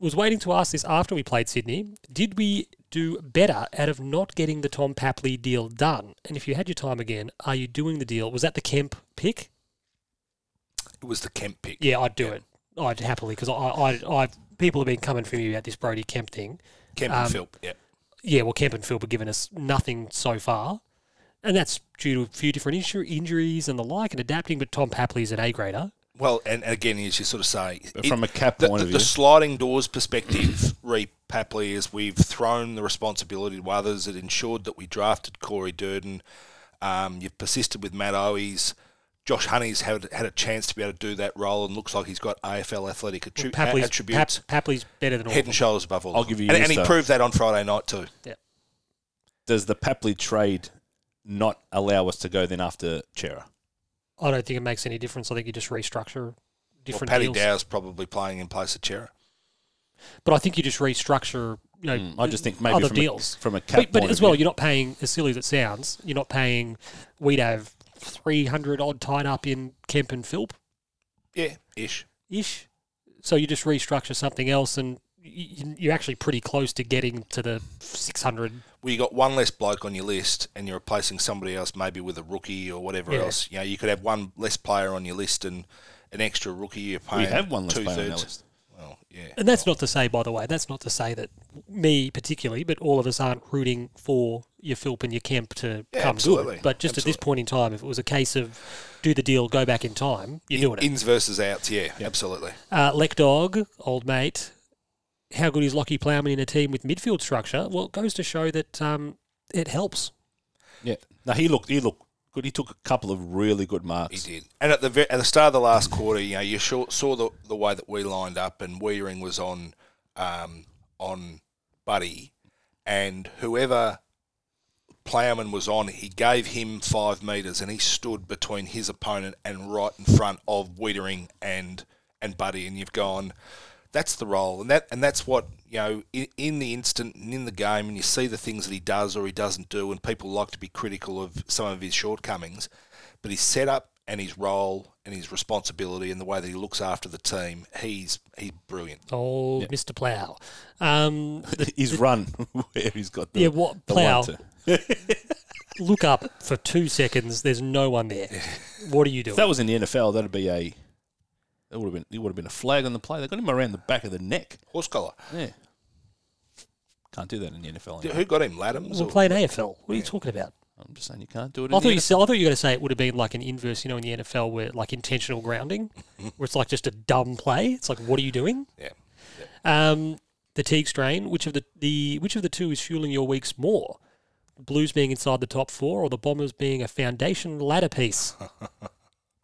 was waiting to ask this after we played Sydney. Did we do better out of not getting the Tom Papley deal done? And if you had your time again, are you doing the deal? Was that the Kemp pick?
It was the Kemp pick.
Yeah, I'd do it. I'd happily because I, I, I, people have been coming for me about this Brody Kemp thing.
Kemp
Um,
and Phil. Yeah.
Yeah, well, Kemp and Philp have given us nothing so far, and that's due to a few different insu- injuries and the like, and adapting. But Tom Papley is an A grader.
Well, and again, as you sort of say,
But from a cap
the,
point
the,
of
the
view.
sliding doors perspective, *clears throat* re Papley, is we've thrown the responsibility to others. It ensured that we drafted Corey Durden. Um, you've persisted with Matt Owies. Josh Honey's had, had a chance to be able to do that role and looks like he's got AFL athletic attri-
Papley's, Pap,
attributes,
Papley's better than all. of
head
them.
and shoulders above all.
I'll
of them.
give you
and,
this,
and he
though.
proved that on Friday night too.
Yeah.
Does the Papley trade not allow us to go then after Chera?
I don't think it makes any difference. I think you just restructure
Well,
different
Paddy
deals.
Dow's probably playing in place of Chera.
But I think you just restructure. You know,
Mm, I just think maybe
other
from
deals
A, from a cap
But, but
point
as
of
well,
view.
you're not paying as silly as it sounds. You're not paying. We'd have three hundred odd tied up in Kemp and Philp
Yeah, ish.
ish. So you just restructure something else, and you, you're actually pretty close to getting to the six hundred.
well, you got one less bloke on your list, and you're replacing somebody else, maybe with a rookie or whatever
Yeah.
else. You know, you could have one less player on your list and an extra rookie. You're paying
we have one less player on our
two-thirds.
list.
Well, Yeah.
And that's not to say, by the way, that's not to say that me particularly, but all of us aren't rooting for your Philp and your Kemp to
Yeah,
come
absolutely.
good. But just at this point in time, if it was a case of do the deal, go back in time, you're doing it.
Ins versus outs, yeah, absolutely.
Uh, Leckdog, old mate. How good is Lockie Plowman in a team with midfield structure? Well, it goes to show that um, it helps.
Yeah. No, he looked. He looked good. He took a couple of really good
He
marks.
did. And at the ve- at the start of the last quarter, you know, you sure, saw the the way that we lined up, and Weering was on um, on Buddy, and whoever Plowman was on, he gave him five metres, and he stood between his opponent and right in front of Weedering and and Buddy, and you've gone. That's the role, and that and that's what you know in, in the instant and in the game, and you see the things that he does or he doesn't do, and people like to be critical of some of his shortcomings, but his setup and his role and his responsibility and the way that he looks after the team, he's he's brilliant.
Old Mr. Plough. Um,
*laughs* His run *laughs* where he's got the
Yeah, what-
the one
Plough.
to-
look up for two seconds. There's no one there. What are you doing?
If that was in the NFL, that'd be a. That would have been. It would have been a flag on the play. They got him around the back of the neck.
Horse collar.
Yeah. Can't do that in the NFL. Anymore.
Who got him? Laddams?
We're
Or,
playing AFL. What are you talking about?
I'm just saying you can't do it. In
I thought,
the
you
NFL.
said, I thought you were going to say it would have been like an inverse, you know, in the NFL where like intentional grounding, where it's like just a dumb play. It's like, what are you doing?
yeah.
Um, the Teague strain. Which of the, the which of the two is fueling your weeks more? The Blues being inside the top four, or the Bombers being a foundation ladder piece?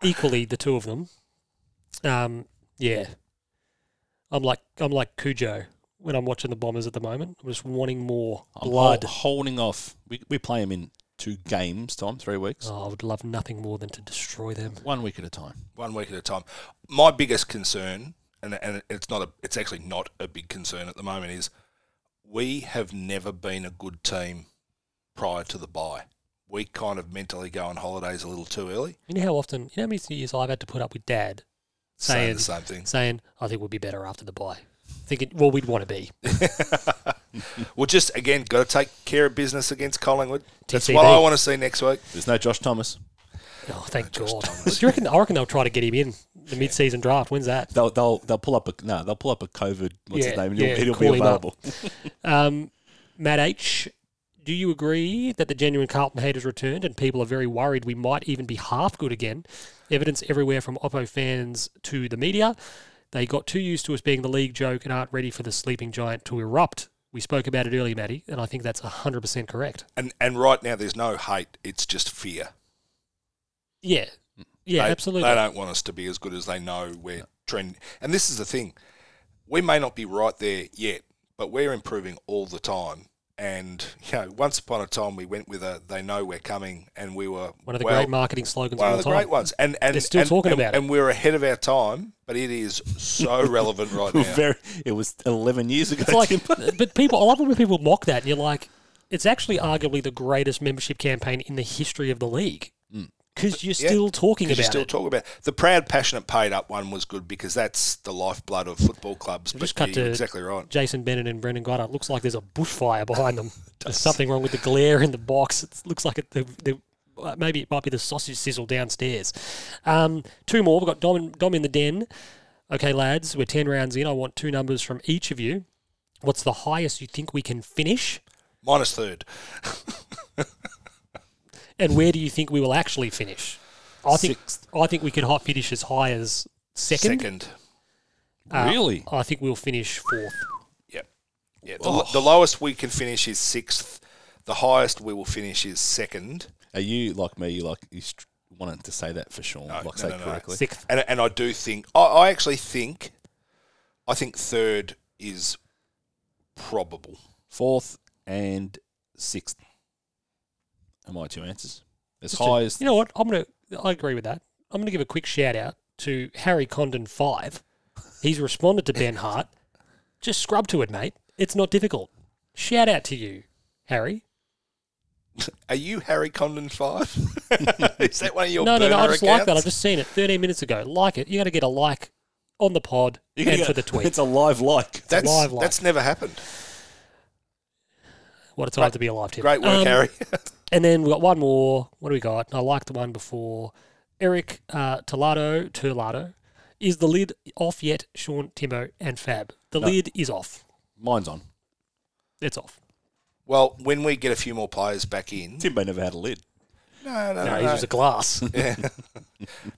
Equally, the two of them. Um, yeah, I'm like I'm like Cujo when I'm watching the Bombers at the moment. I'm just wanting more
I'm
blood.
hol- holding off. We, we play him in two games time, three weeks,
Oh, I would love nothing more than to destroy them.
one week at a time.
one week at a time. My biggest concern, and and it's not a, it's actually not a big concern at the moment, is we have never been a good team prior to the bye. We kind of mentally go on holidays a little too early,
You know how often, you know how many years I've had to put up with Dad
saying
saying,
the same thing.
saying, I think we'll be better after the bye. Thinking, well, we'd want to be.
Well, just again, got to take care of business against Collingwood. That's
TCB.
what I want to see next week.
There's no Josh Thomas.
*laughs*
Oh, thank God. Do you reckon, I reckon they'll try to get him in the mid-season draft. When's that?
They'll they'll they'll pull up a no. They'll pull up a COVID. What's his
Yeah,
name? And
yeah,
he'll, he'll be
call him up.
available. *laughs*
Um, Matt H., do you agree that the genuine Carlton hate has returned and people are very worried we might even be half good again? Evidence everywhere from Oppo fans to the media. They got too used to us being the league joke and aren't ready for the sleeping giant to erupt. We spoke about it earlier, Matty, and I think that's 100% correct.
And and right now, there's no hate. It's just fear.
Yeah. Yeah,
Mm. they,
absolutely.
They don't want us to be as good as they know we're trending. And this is the thing: we may not be right there yet, but we're improving all the time. And *laughs* you know, once upon a time, we went with a "they know we're coming," and we were
One of the
well-
great marketing slogans
One
of
of
all
the
time.
great ones, and and
They're still
and-
talking
and-
about it.
and we're ahead of our time, but it is
*laughs*
so relevant right now.
Very. It was 11 years ago.
*laughs*
It's
Tim.
like, but people, I love it when people mock that, and you're like, it's actually arguably the greatest membership campaign in the history of the league because you're
Hmm. Yeah,
still talking
'cause
about
you still
it.
talk about it. the proud, passionate, paid up one was good because that's the lifeblood of football clubs.
We've
but
just cut
yeah,
to
you're exactly right.
Jason Bennett and Brendan Goddard. It looks like there's a bushfire behind
*laughs*
them. there's something wrong with the glare in the box. It looks like it, the, the, uh, maybe it might be the sausage sizzle downstairs. Um, two more. We've got Dom, in- Dom in the den. Okay, lads, we're 10 rounds in. I want two numbers from each of you. What's the highest you think we can finish?
Minus third.
And where do you think we will actually finish? I think I think we could hot finish as high as second.
Second.
Uh,
Really?
I think we'll finish fourth.
Yep. Yeah. The, lo- the lowest we can finish is sixth. The highest we will finish is second.
Are you like me? You like you str- wanted to say that for Sean? like
no,
say
no, no.
correctly.
Sixth.
And and I do think I, I actually think I think third is probable.
Fourth and sixth. Are my two answers? As
Just
high
a-
as
you know what? I'm gonna I agree with that. I'm gonna give a quick shout out to Harry Condon five. He's responded to Ben Hart. Just scrub to it, mate. It's not difficult. Shout out to you, Harry.
Are you Harry Condon five? *laughs* is that one of your
no, no, no. I
burner
just like that. I've
accounts?
just seen it 13 minutes ago. Like it. You got to get a like on the pod
You
and
gotta
for
go- *laughs*
the tweet.
It's a live like.
that's
live like.
that's never happened.
What a time to be alive, Tim.
Great work,
Um,
Harry. *laughs*
And then we got one more. What do we got? I like the one before. Eric uh, Tolado, Turlado. Is the lid off yet, Sean, Timbo, and Fab? The lid is off.
Mine's on.
It's off.
Well, when we get a few more players back in,
Timbo never had a lid.
no, no, no,
No, it was a
no, *laughs*
glass.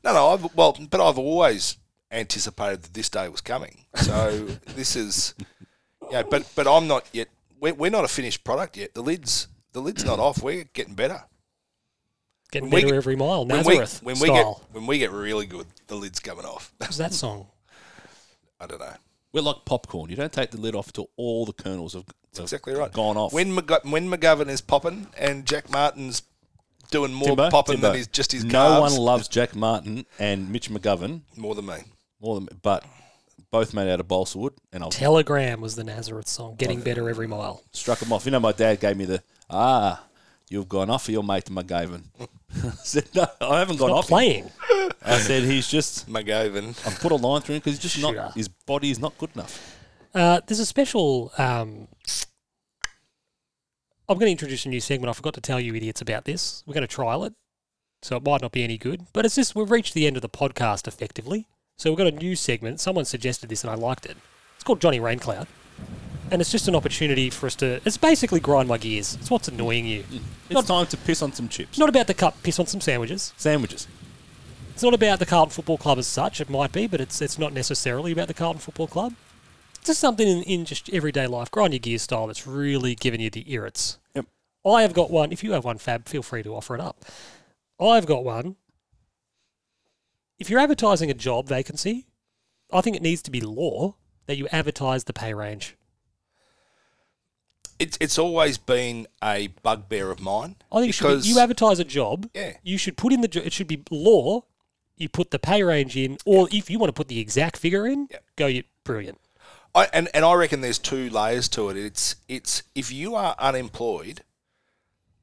no, no. I've, well, but I've always anticipated that this day was coming.
*laughs*
So this is, yeah. But but I'm not yet. We're, we're not a finished product yet. The lids the lid's not off. We're getting better. When
Getting
we
better
get-
every mile.
When
Nazareth
we when we get
style.
when we get really good, the lid's coming off. *laughs*
What was that song?
I don't know.
We're like popcorn. You don't take the lid off till all the kernels have, have
Exactly right.
gone off.
When McGo- when McGovern is popping and Jack Martin's doing more
Timbo,
popping
Timbo,
than he's just his
No
calves.
one loves Jack Martin and Mitch McGovern
more than me.
more than, but both made out of balsa wood, and I was
Telegram was the Nazareth song. Getting better every mile.
struck them off. You know, my dad gave me the ah, you've gone off of your mate McGavin. *laughs* I said no, I haven't gone
Not
off. him."
playing.
I said he's just
McGovern.
I've put a line through him because he's just
Shooter.
not his body is not good enough.
Uh, there's a special. Um, I'm going to introduce a new segment. I forgot to tell you idiots about this. We're going to trial it, so it might not be any good. But it's just we've reached the end of the podcast effectively. So we've got a new segment. Someone suggested this, and I liked it. It's called Johnny Raincloud, and it's just an opportunity for us to. It's basically grind my gears. It's what's annoying you.
It's time to piss on some chips,
It's not about the cup. Piss on some sandwiches.
sandwiches.
It's not about the Carlton Football Club as such. It might be, but it's it's not necessarily about the Carlton Football Club. It's just something in, in just everyday life, grind your gear style that's really giving you the irrits.
Yep.
I have got one. If you have one, Fab, feel free to offer it up. I've got one. If you're advertising a job vacancy, I think it needs to be law that you advertise the pay range.
It's it's always been a bugbear of mine.
I think it should be, you advertise a job.
Yeah.
You should put in the jo- it should be law. You put the pay range in, or if you want to put the exact figure in,
Yep.
go you brilliant.
I, and and I reckon there's two layers to it. It's it's if you are unemployed,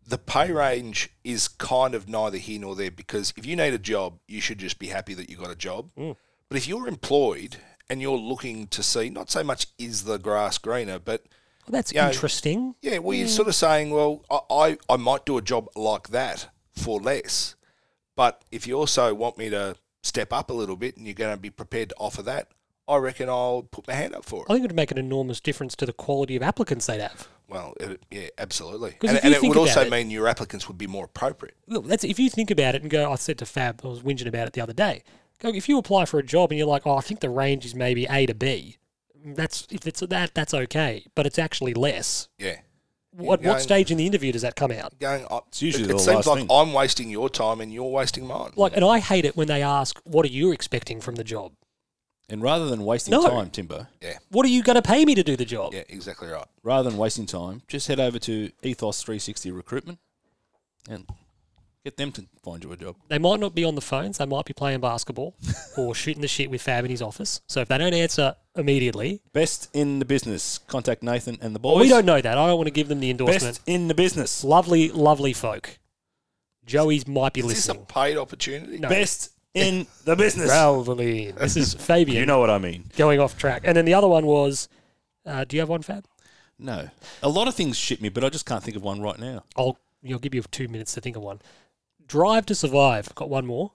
the pay range is kind of neither here nor there because if you need a job, you should just be happy that you got a job. But if you're employed and you're looking to see not so much is the grass greener, but
Well, that's
Yeah.
interesting.
Yeah, well, you're sort of saying, well, I, I, I might do a job like that for less, but if you also want me to step up a little bit and you're going to be prepared to offer that, I reckon I'll put my hand up for
I
it.
think it would make an enormous difference to the quality of applicants they'd have.
Well, it, yeah, absolutely.
'Cause
And,
if you
and it
think
would also
about it-
mean your applicants would be more appropriate.
Look, that's if you think about it and go. I said to Fab, I was whinging about it the other day. Go if you apply for a job and you're like, oh, I think the range is maybe A to B. mm, That's if it's that, that's okay, but it's actually less.
Yeah.
What
Yeah,
what
I-
stage in the interview does that come out?
Going, I,
It's usually
it,
the
it
last
seems like
thing.
I'm wasting your time and you're wasting mine.
Like, and I hate it when they ask, "What are you expecting from the job?
And rather than wasting
No.
time, Timbo,
yeah,
What are you going to pay me to do the job?"
yeah, exactly right.
rather than wasting time, just head over to Ethos 360 Recruitment and get them to find you a job.
They might not be on the phones. They might be
*laughs*
playing basketball or shooting the shit with Fab in his office. So if they don't answer immediately,
Best in the business. Contact Nathan and the boys.
well, we don't know that. I don't want to give them the endorsement.
Best in the business.
lovely, lovely folk. Joey's might be
Is this a
listening.
paid opportunity?
No.
Best in the
*laughs*
business.
Valvoline. This is Fabian
You know what I mean.
going off track. And then the other one was, uh, do you have one, Fab?
No. A lot of things shit me, but I just can't think of one right now.
I'll you'll give you two minutes to think of one. Drive to Survive. Got one more.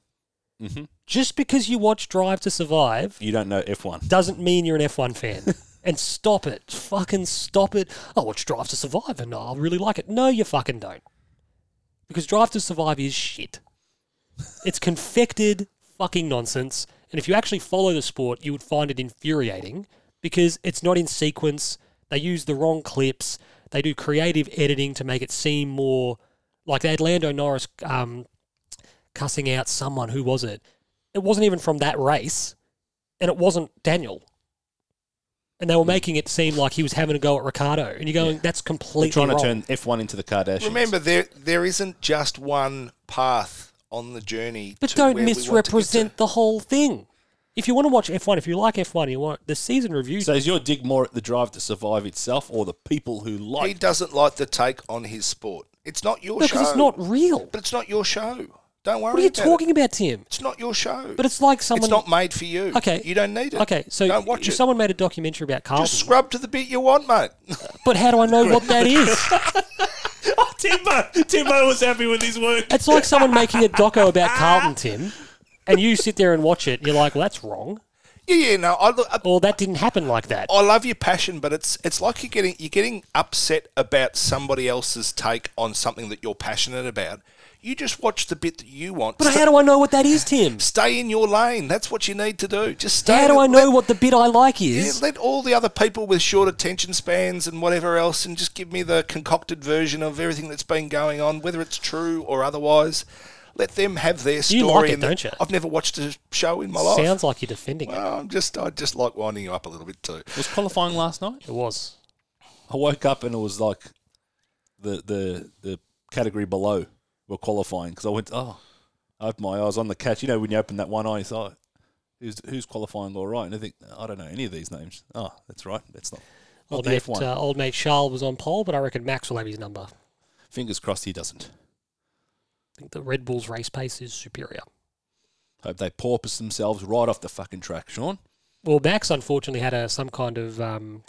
Mhm.
Just because you watch Drive to Survive
You don't know F1.
doesn't mean you're an
*laughs*
F1 fan. and stop it. Fucking stop it. I watch Drive to Survive and I really like it. No, you fucking don't. Because Drive to Survive is shit. It's confected fucking nonsense. And if you actually follow the sport, you would find it infuriating because it's not in sequence. They use the wrong clips. They do creative editing to make it seem more like they had Lando Norris um, cussing out someone. Who was it? It wasn't even from that race, and it wasn't Daniel. And they were making it seem like he was having a go at Ricardo. And you're going, that's completely
Hmm. They're trying
wrong.
to turn F1 into the Kardashians.
Remember, there there isn't just one path on the journey.
But
to
don't
where we want to get to.
misrepresent the whole thing. If you want to watch F1, if you like F1, you want the season review.
So is your dig more at the drive to survive itself or the people who
he
like
doesn't like the take on his sport. It's not your
no,
show.
because it's not real.
But it's not your show. Don't worry.
What are you
about
talking
It.
about, Tim?
It's not your show.
But it's like someone.
it's not made for you.
Okay.
You don't need it.
Okay, so
don't watch
if
it.
someone made a documentary about Carlton,
Just scrub to the bit you want, mate. *laughs*
but how do I know what that is? *laughs*
Oh,
Timbo. Timbo was happy with his work.
It's
Ah.
like someone making a doco about Carlton, Tim, and you sit there and watch it. You're like, well, that's wrong.
Yeah, yeah, no. I, look, I,
Or that didn't happen like that.
I love your passion, but it's it's like you're getting you're getting upset about somebody else's take on something that you're passionate about. You just watch the bit that you want.
But
Sta-
how do I know what that is, Tim?
stay in your lane. That's what you need to do. Just stay.
How
in
do
it.
I know
Let-
what the bit I like
yeah,
is?
let all the other people with short attention spans and whatever else, and just give me the concocted version of everything that's been going on, whether it's true or otherwise. Let them have their story.
You like it,
and the-
don't you?
I've never watched a show in my life.
Sounds like you're defending it.
Well, I'm just, I just like winding you up a little bit too.
was qualifying last night.
It was.
I woke up and it was like the the the category below were qualifying because I went oh, I opened my eyes on the catch. You know when you open that one eye, you thought who's who's qualifying all right, and I think I don't know any of these names. Oh, that's right, that's not. Not
Old
the
mate,
F one.
uh, old mate Charles was on pole, but I reckon Max will have his number. I
Fingers crossed he doesn't.
think the Red Bull's race pace is superior.
Hope they porpoise themselves right off the fucking track, Sean.
Well, Max unfortunately had a some kind of um,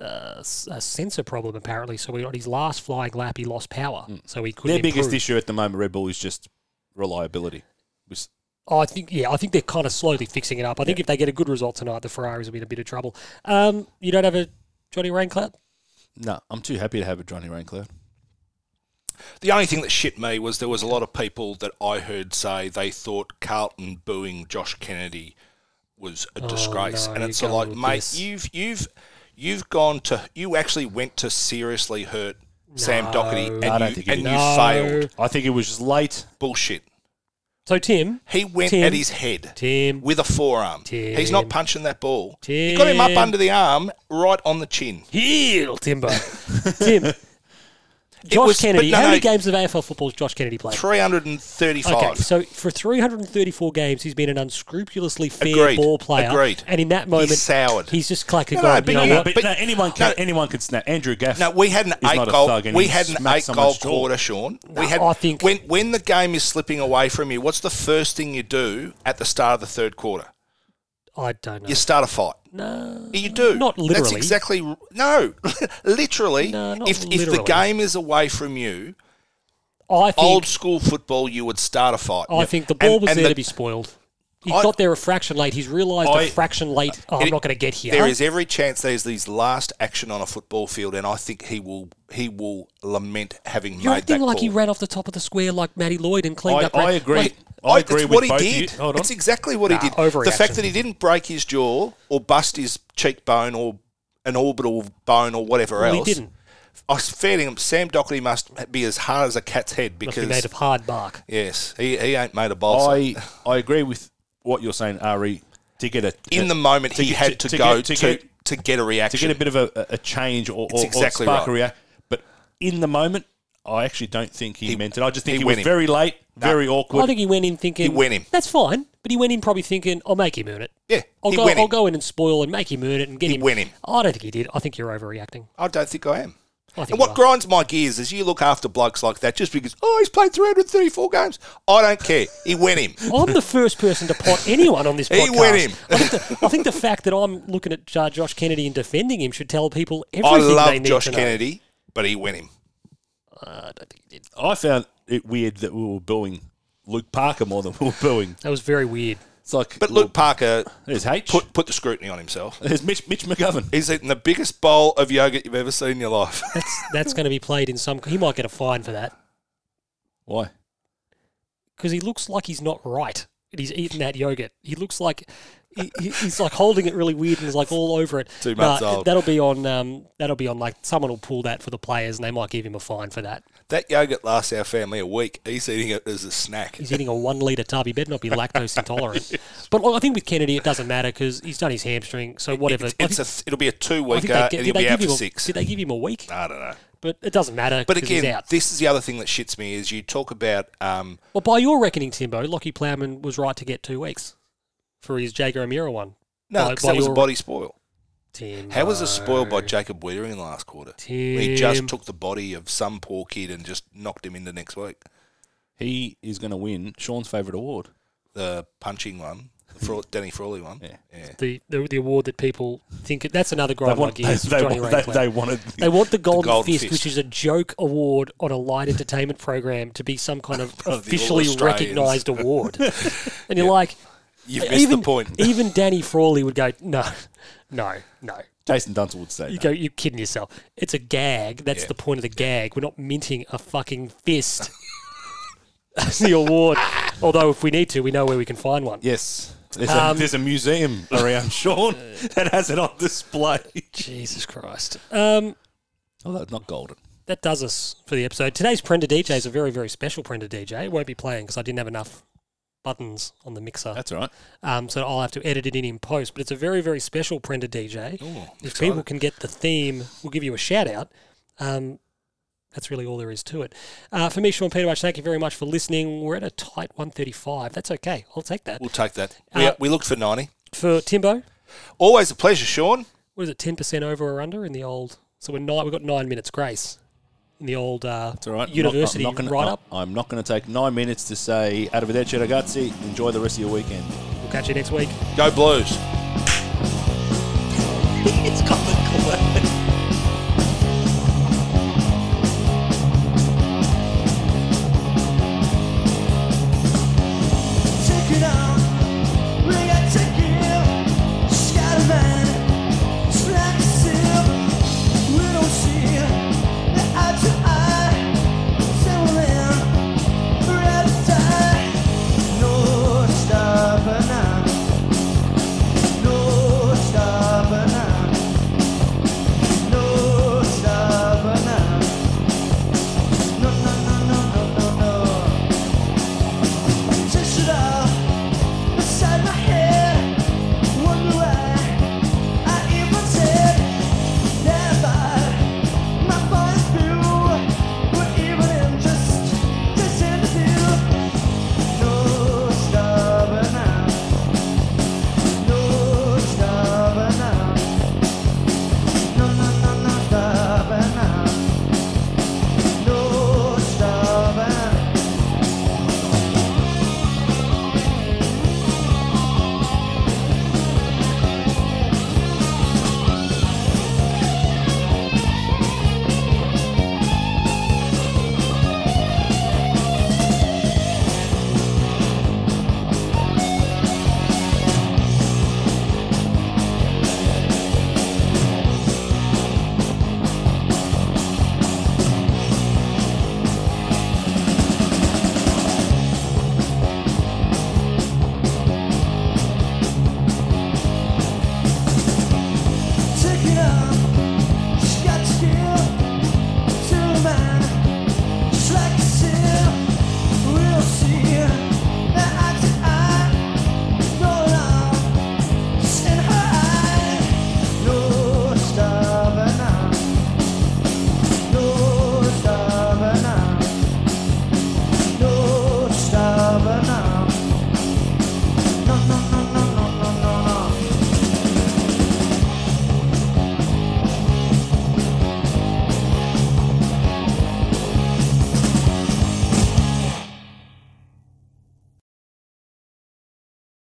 uh, s- a sensor problem apparently. So we, on his last flying lap, he lost power, so he couldn't.
Hmm. Their biggest
improve.
issue at the moment, Red Bull, is just reliability. Was-
Oh, I think yeah, I think they're kind of slowly fixing it up. I think if they get a good result tonight, the Ferraris will be in a bit of trouble. Um, you don't have a Johnny Raincloud?
No, I'm too happy to have a Johnny Raincloud.
The only thing that shit me was there was a lot of people that I heard say they thought Carlton booing Josh Kennedy was a disgrace,
Oh, no,
and
you're
it's sort of like,
going with
mate,
this.
you've you've you've gone to you actually went to seriously hurt Sam Doherty, and
I don't
you
think you
and
did.
you
No.
failed.
I think it was just late.
Bullshit.
So Tim,
He went
Tim.
at his head
Tim,
with a forearm. He's
Tim.
not punching that ball. He got him up
Tim.
under the arm, right on the chin. *laughs*
heel Timbo, Tim, Josh
was- but
Kennedy.
no,
how
no.
many games of AFL football has Josh Kennedy played?
Three hundred and
Okay,
thirty-five.
so for 334 games, he's been an unscrupulously fair
Agreed.
ball player.
Agreed.
And in that moment,
soured.
He's just clacking.
No, no,
going,
but
you know
you-
what?
But,
But-
no, anyone can
no.
anyone can snap. Andrew Gaff.
No, we had an
is
eight
not a
goal.
thug and
We
he
had an
smacks
eight
so
goal
much jaw.
quarter, Sean.
No,
we had.
I think-
when when the game is slipping away from you, what's the first thing you do at the start of the third quarter?
I don't know.
You start a fight.
no,
You do.
Not
That's
literally.
exactly no. *laughs* literally,
No, not
if if the
literally.
game is away from you,
I think.
old school football, you would start a fight.
I think the ball
And-
was
and
there
the-
to be spoiled. He
I-
got there a fraction late. He's realised a
I- Uh,
fraction late. Oh, I'm
it-
not going to get here.
There is every chance there's these last action on a football field, and I think he will he will lament having
You're
made that
acting like
call.
he ran off the top of the square like Matty Lloyd and cleaned
I,
up.
I
Brad-
agree.
Like,
I agree
oh, that's
with
what he
both of you.
did.
Hold on.
That's exactly what
Nah,
he did. The
overreaction.
fact that he didn't break his jaw or bust his cheekbone or an orbital bone or whatever
Well, he
else.
didn't.
I was failing him. Sam Doherty must be as hard as a cat's head
must be
because
made of hard bark.
yes, he, he ain't made a boss.
I I agree with what you're saying, Ari. To get a
In the moment,
to
he
get-
had
to-
to,
to
go
get- to
to,
get-
to, get a
to
reaction.
get a bit of a, a- a change or, or,
exactly
or spark a
right.
react. But in the moment, I actually don't think he, meant it. I just think
he
he, was
went in.
very late, very
I
awkward.
think he went in thinking
He went in.
That's fine, but he went in probably thinking I'll make him earn it.
Yeah,
I'll
he
go.
went
I'll
in.
go in and spoil and make him earn it and get
He
him.
went in.
I don't think he did. I think you're overreacting.
I don't think I am.
I think
And
you
what
are.
grinds my gears is you look after blokes like that just because oh he's played 334 games. I don't care. He went him.
I'm the first person
*laughs*
to pot anyone on this
He
podcast.
went him.
I think, the, I think the fact that I'm looking at uh, Josh Kennedy and defending him should tell people
I
everything they
love
need
Josh
to know.
Kennedy, but he went him.
I found it weird that we were booing Luke Parker more than we were booing.
That was very weird.
It's like,
But Luke Parker
there's H.
put put the scrutiny on himself.
there's Mitch, Mitch McGovern.
He's eating the biggest bowl of yogurt you've ever seen in your life. *laughs*
That's that's going to be played in some. He might get a fine for that
Why?
because he looks like he's not right. and He's eating that yogurt. He looks like he, he- he's like holding it really weird and he's like all over it.
Two months
Nah,
old.
That'll be on. Um, that'll be on. Like someone will pull that for the players and they might give him a fine for that.
that yogurt lasts our family a week. He's eating it as a snack.
He's eating a one litre tub. He better not be
*laughs*
lactose intolerant. But look, I think with Kennedy, it doesn't matter because he's done his hamstring. So whatever.
It's,
I
it's
think-
a, it'll be a two
I
week
think
and
they,
he'll
did, they
be
give
out for
him a,
six.
did they give him a week?
I don't know.
But it doesn't matter.
But
'cause he's
again,
out.
this is the other thing that shits me is you talk about um,
well, by your reckoning, Timbo, Lockie Plowman was right to get two weeks for his Jago O'Meara one.
no,
By-
because
by
that was a
your-
body spoil.
Timbo.
How was this spoiled by Jacob Weir in the last quarter? He
Tim.
just took the body of some poor kid and just knocked him into next week.
He is going to win Sean's favourite award.
The punching one,
Hmm.
the Fra- Danny Frawley one.
Yeah.
the, the the award that people think that's another
They
grind
want,
my
they, *laughs*
gears.
they,
Johnny
want-
Radcliffe.
they, they wanted.
They want the Golden,
Golden
Fist,
Fist.
which is a joke award on a light entertainment program, to be some kind of
All
officially
Australians.
recognised award. and you're like,
You've missed
even,
the point.
*laughs* even Danny Frawley would go, no, no, no.
Jason Dunstall would say.
You
no.
go, you're kidding yourself. It's a gag. That's the point of the gag. We're not minting a fucking fist. *laughs* That's the award. Although, if we need to, we know where we can find one.
Yes. There's,
Um,
a, there's a
*laughs*
museum around Sean that has it on display.
Jesus Christ. Um,
Although it's not golden.
that does us for the episode. Today's Prender DJ is a very, very special Prender DJ. It won't be playing because I didn't have enough buttons on the mixer.
That's all right.
um, so I'll have to edit it in in post. But it's a very, very special Prender DJ. if people can get the theme, we'll give you a shout out. Um, that's really all there is to it. Uh, for me, Sean Peterwatch, thank you very much for listening. We're at a tight 135. That's okay. I'll take that.
We'll take that. We,
Uh,
we looked for 90.
For Timbo,
Always a pleasure, Sean.
what is it, 10% over or under in the old? So we're nine, we've got nine minutes grace in the old uh,
It's all right.
university
I'm not, gonna-
write up.
I'm not going to take nine minutes to say, Arrivederci ragazzi, enjoy the rest of your weekend.
We'll catch you next week.
Go Blues.
it's got the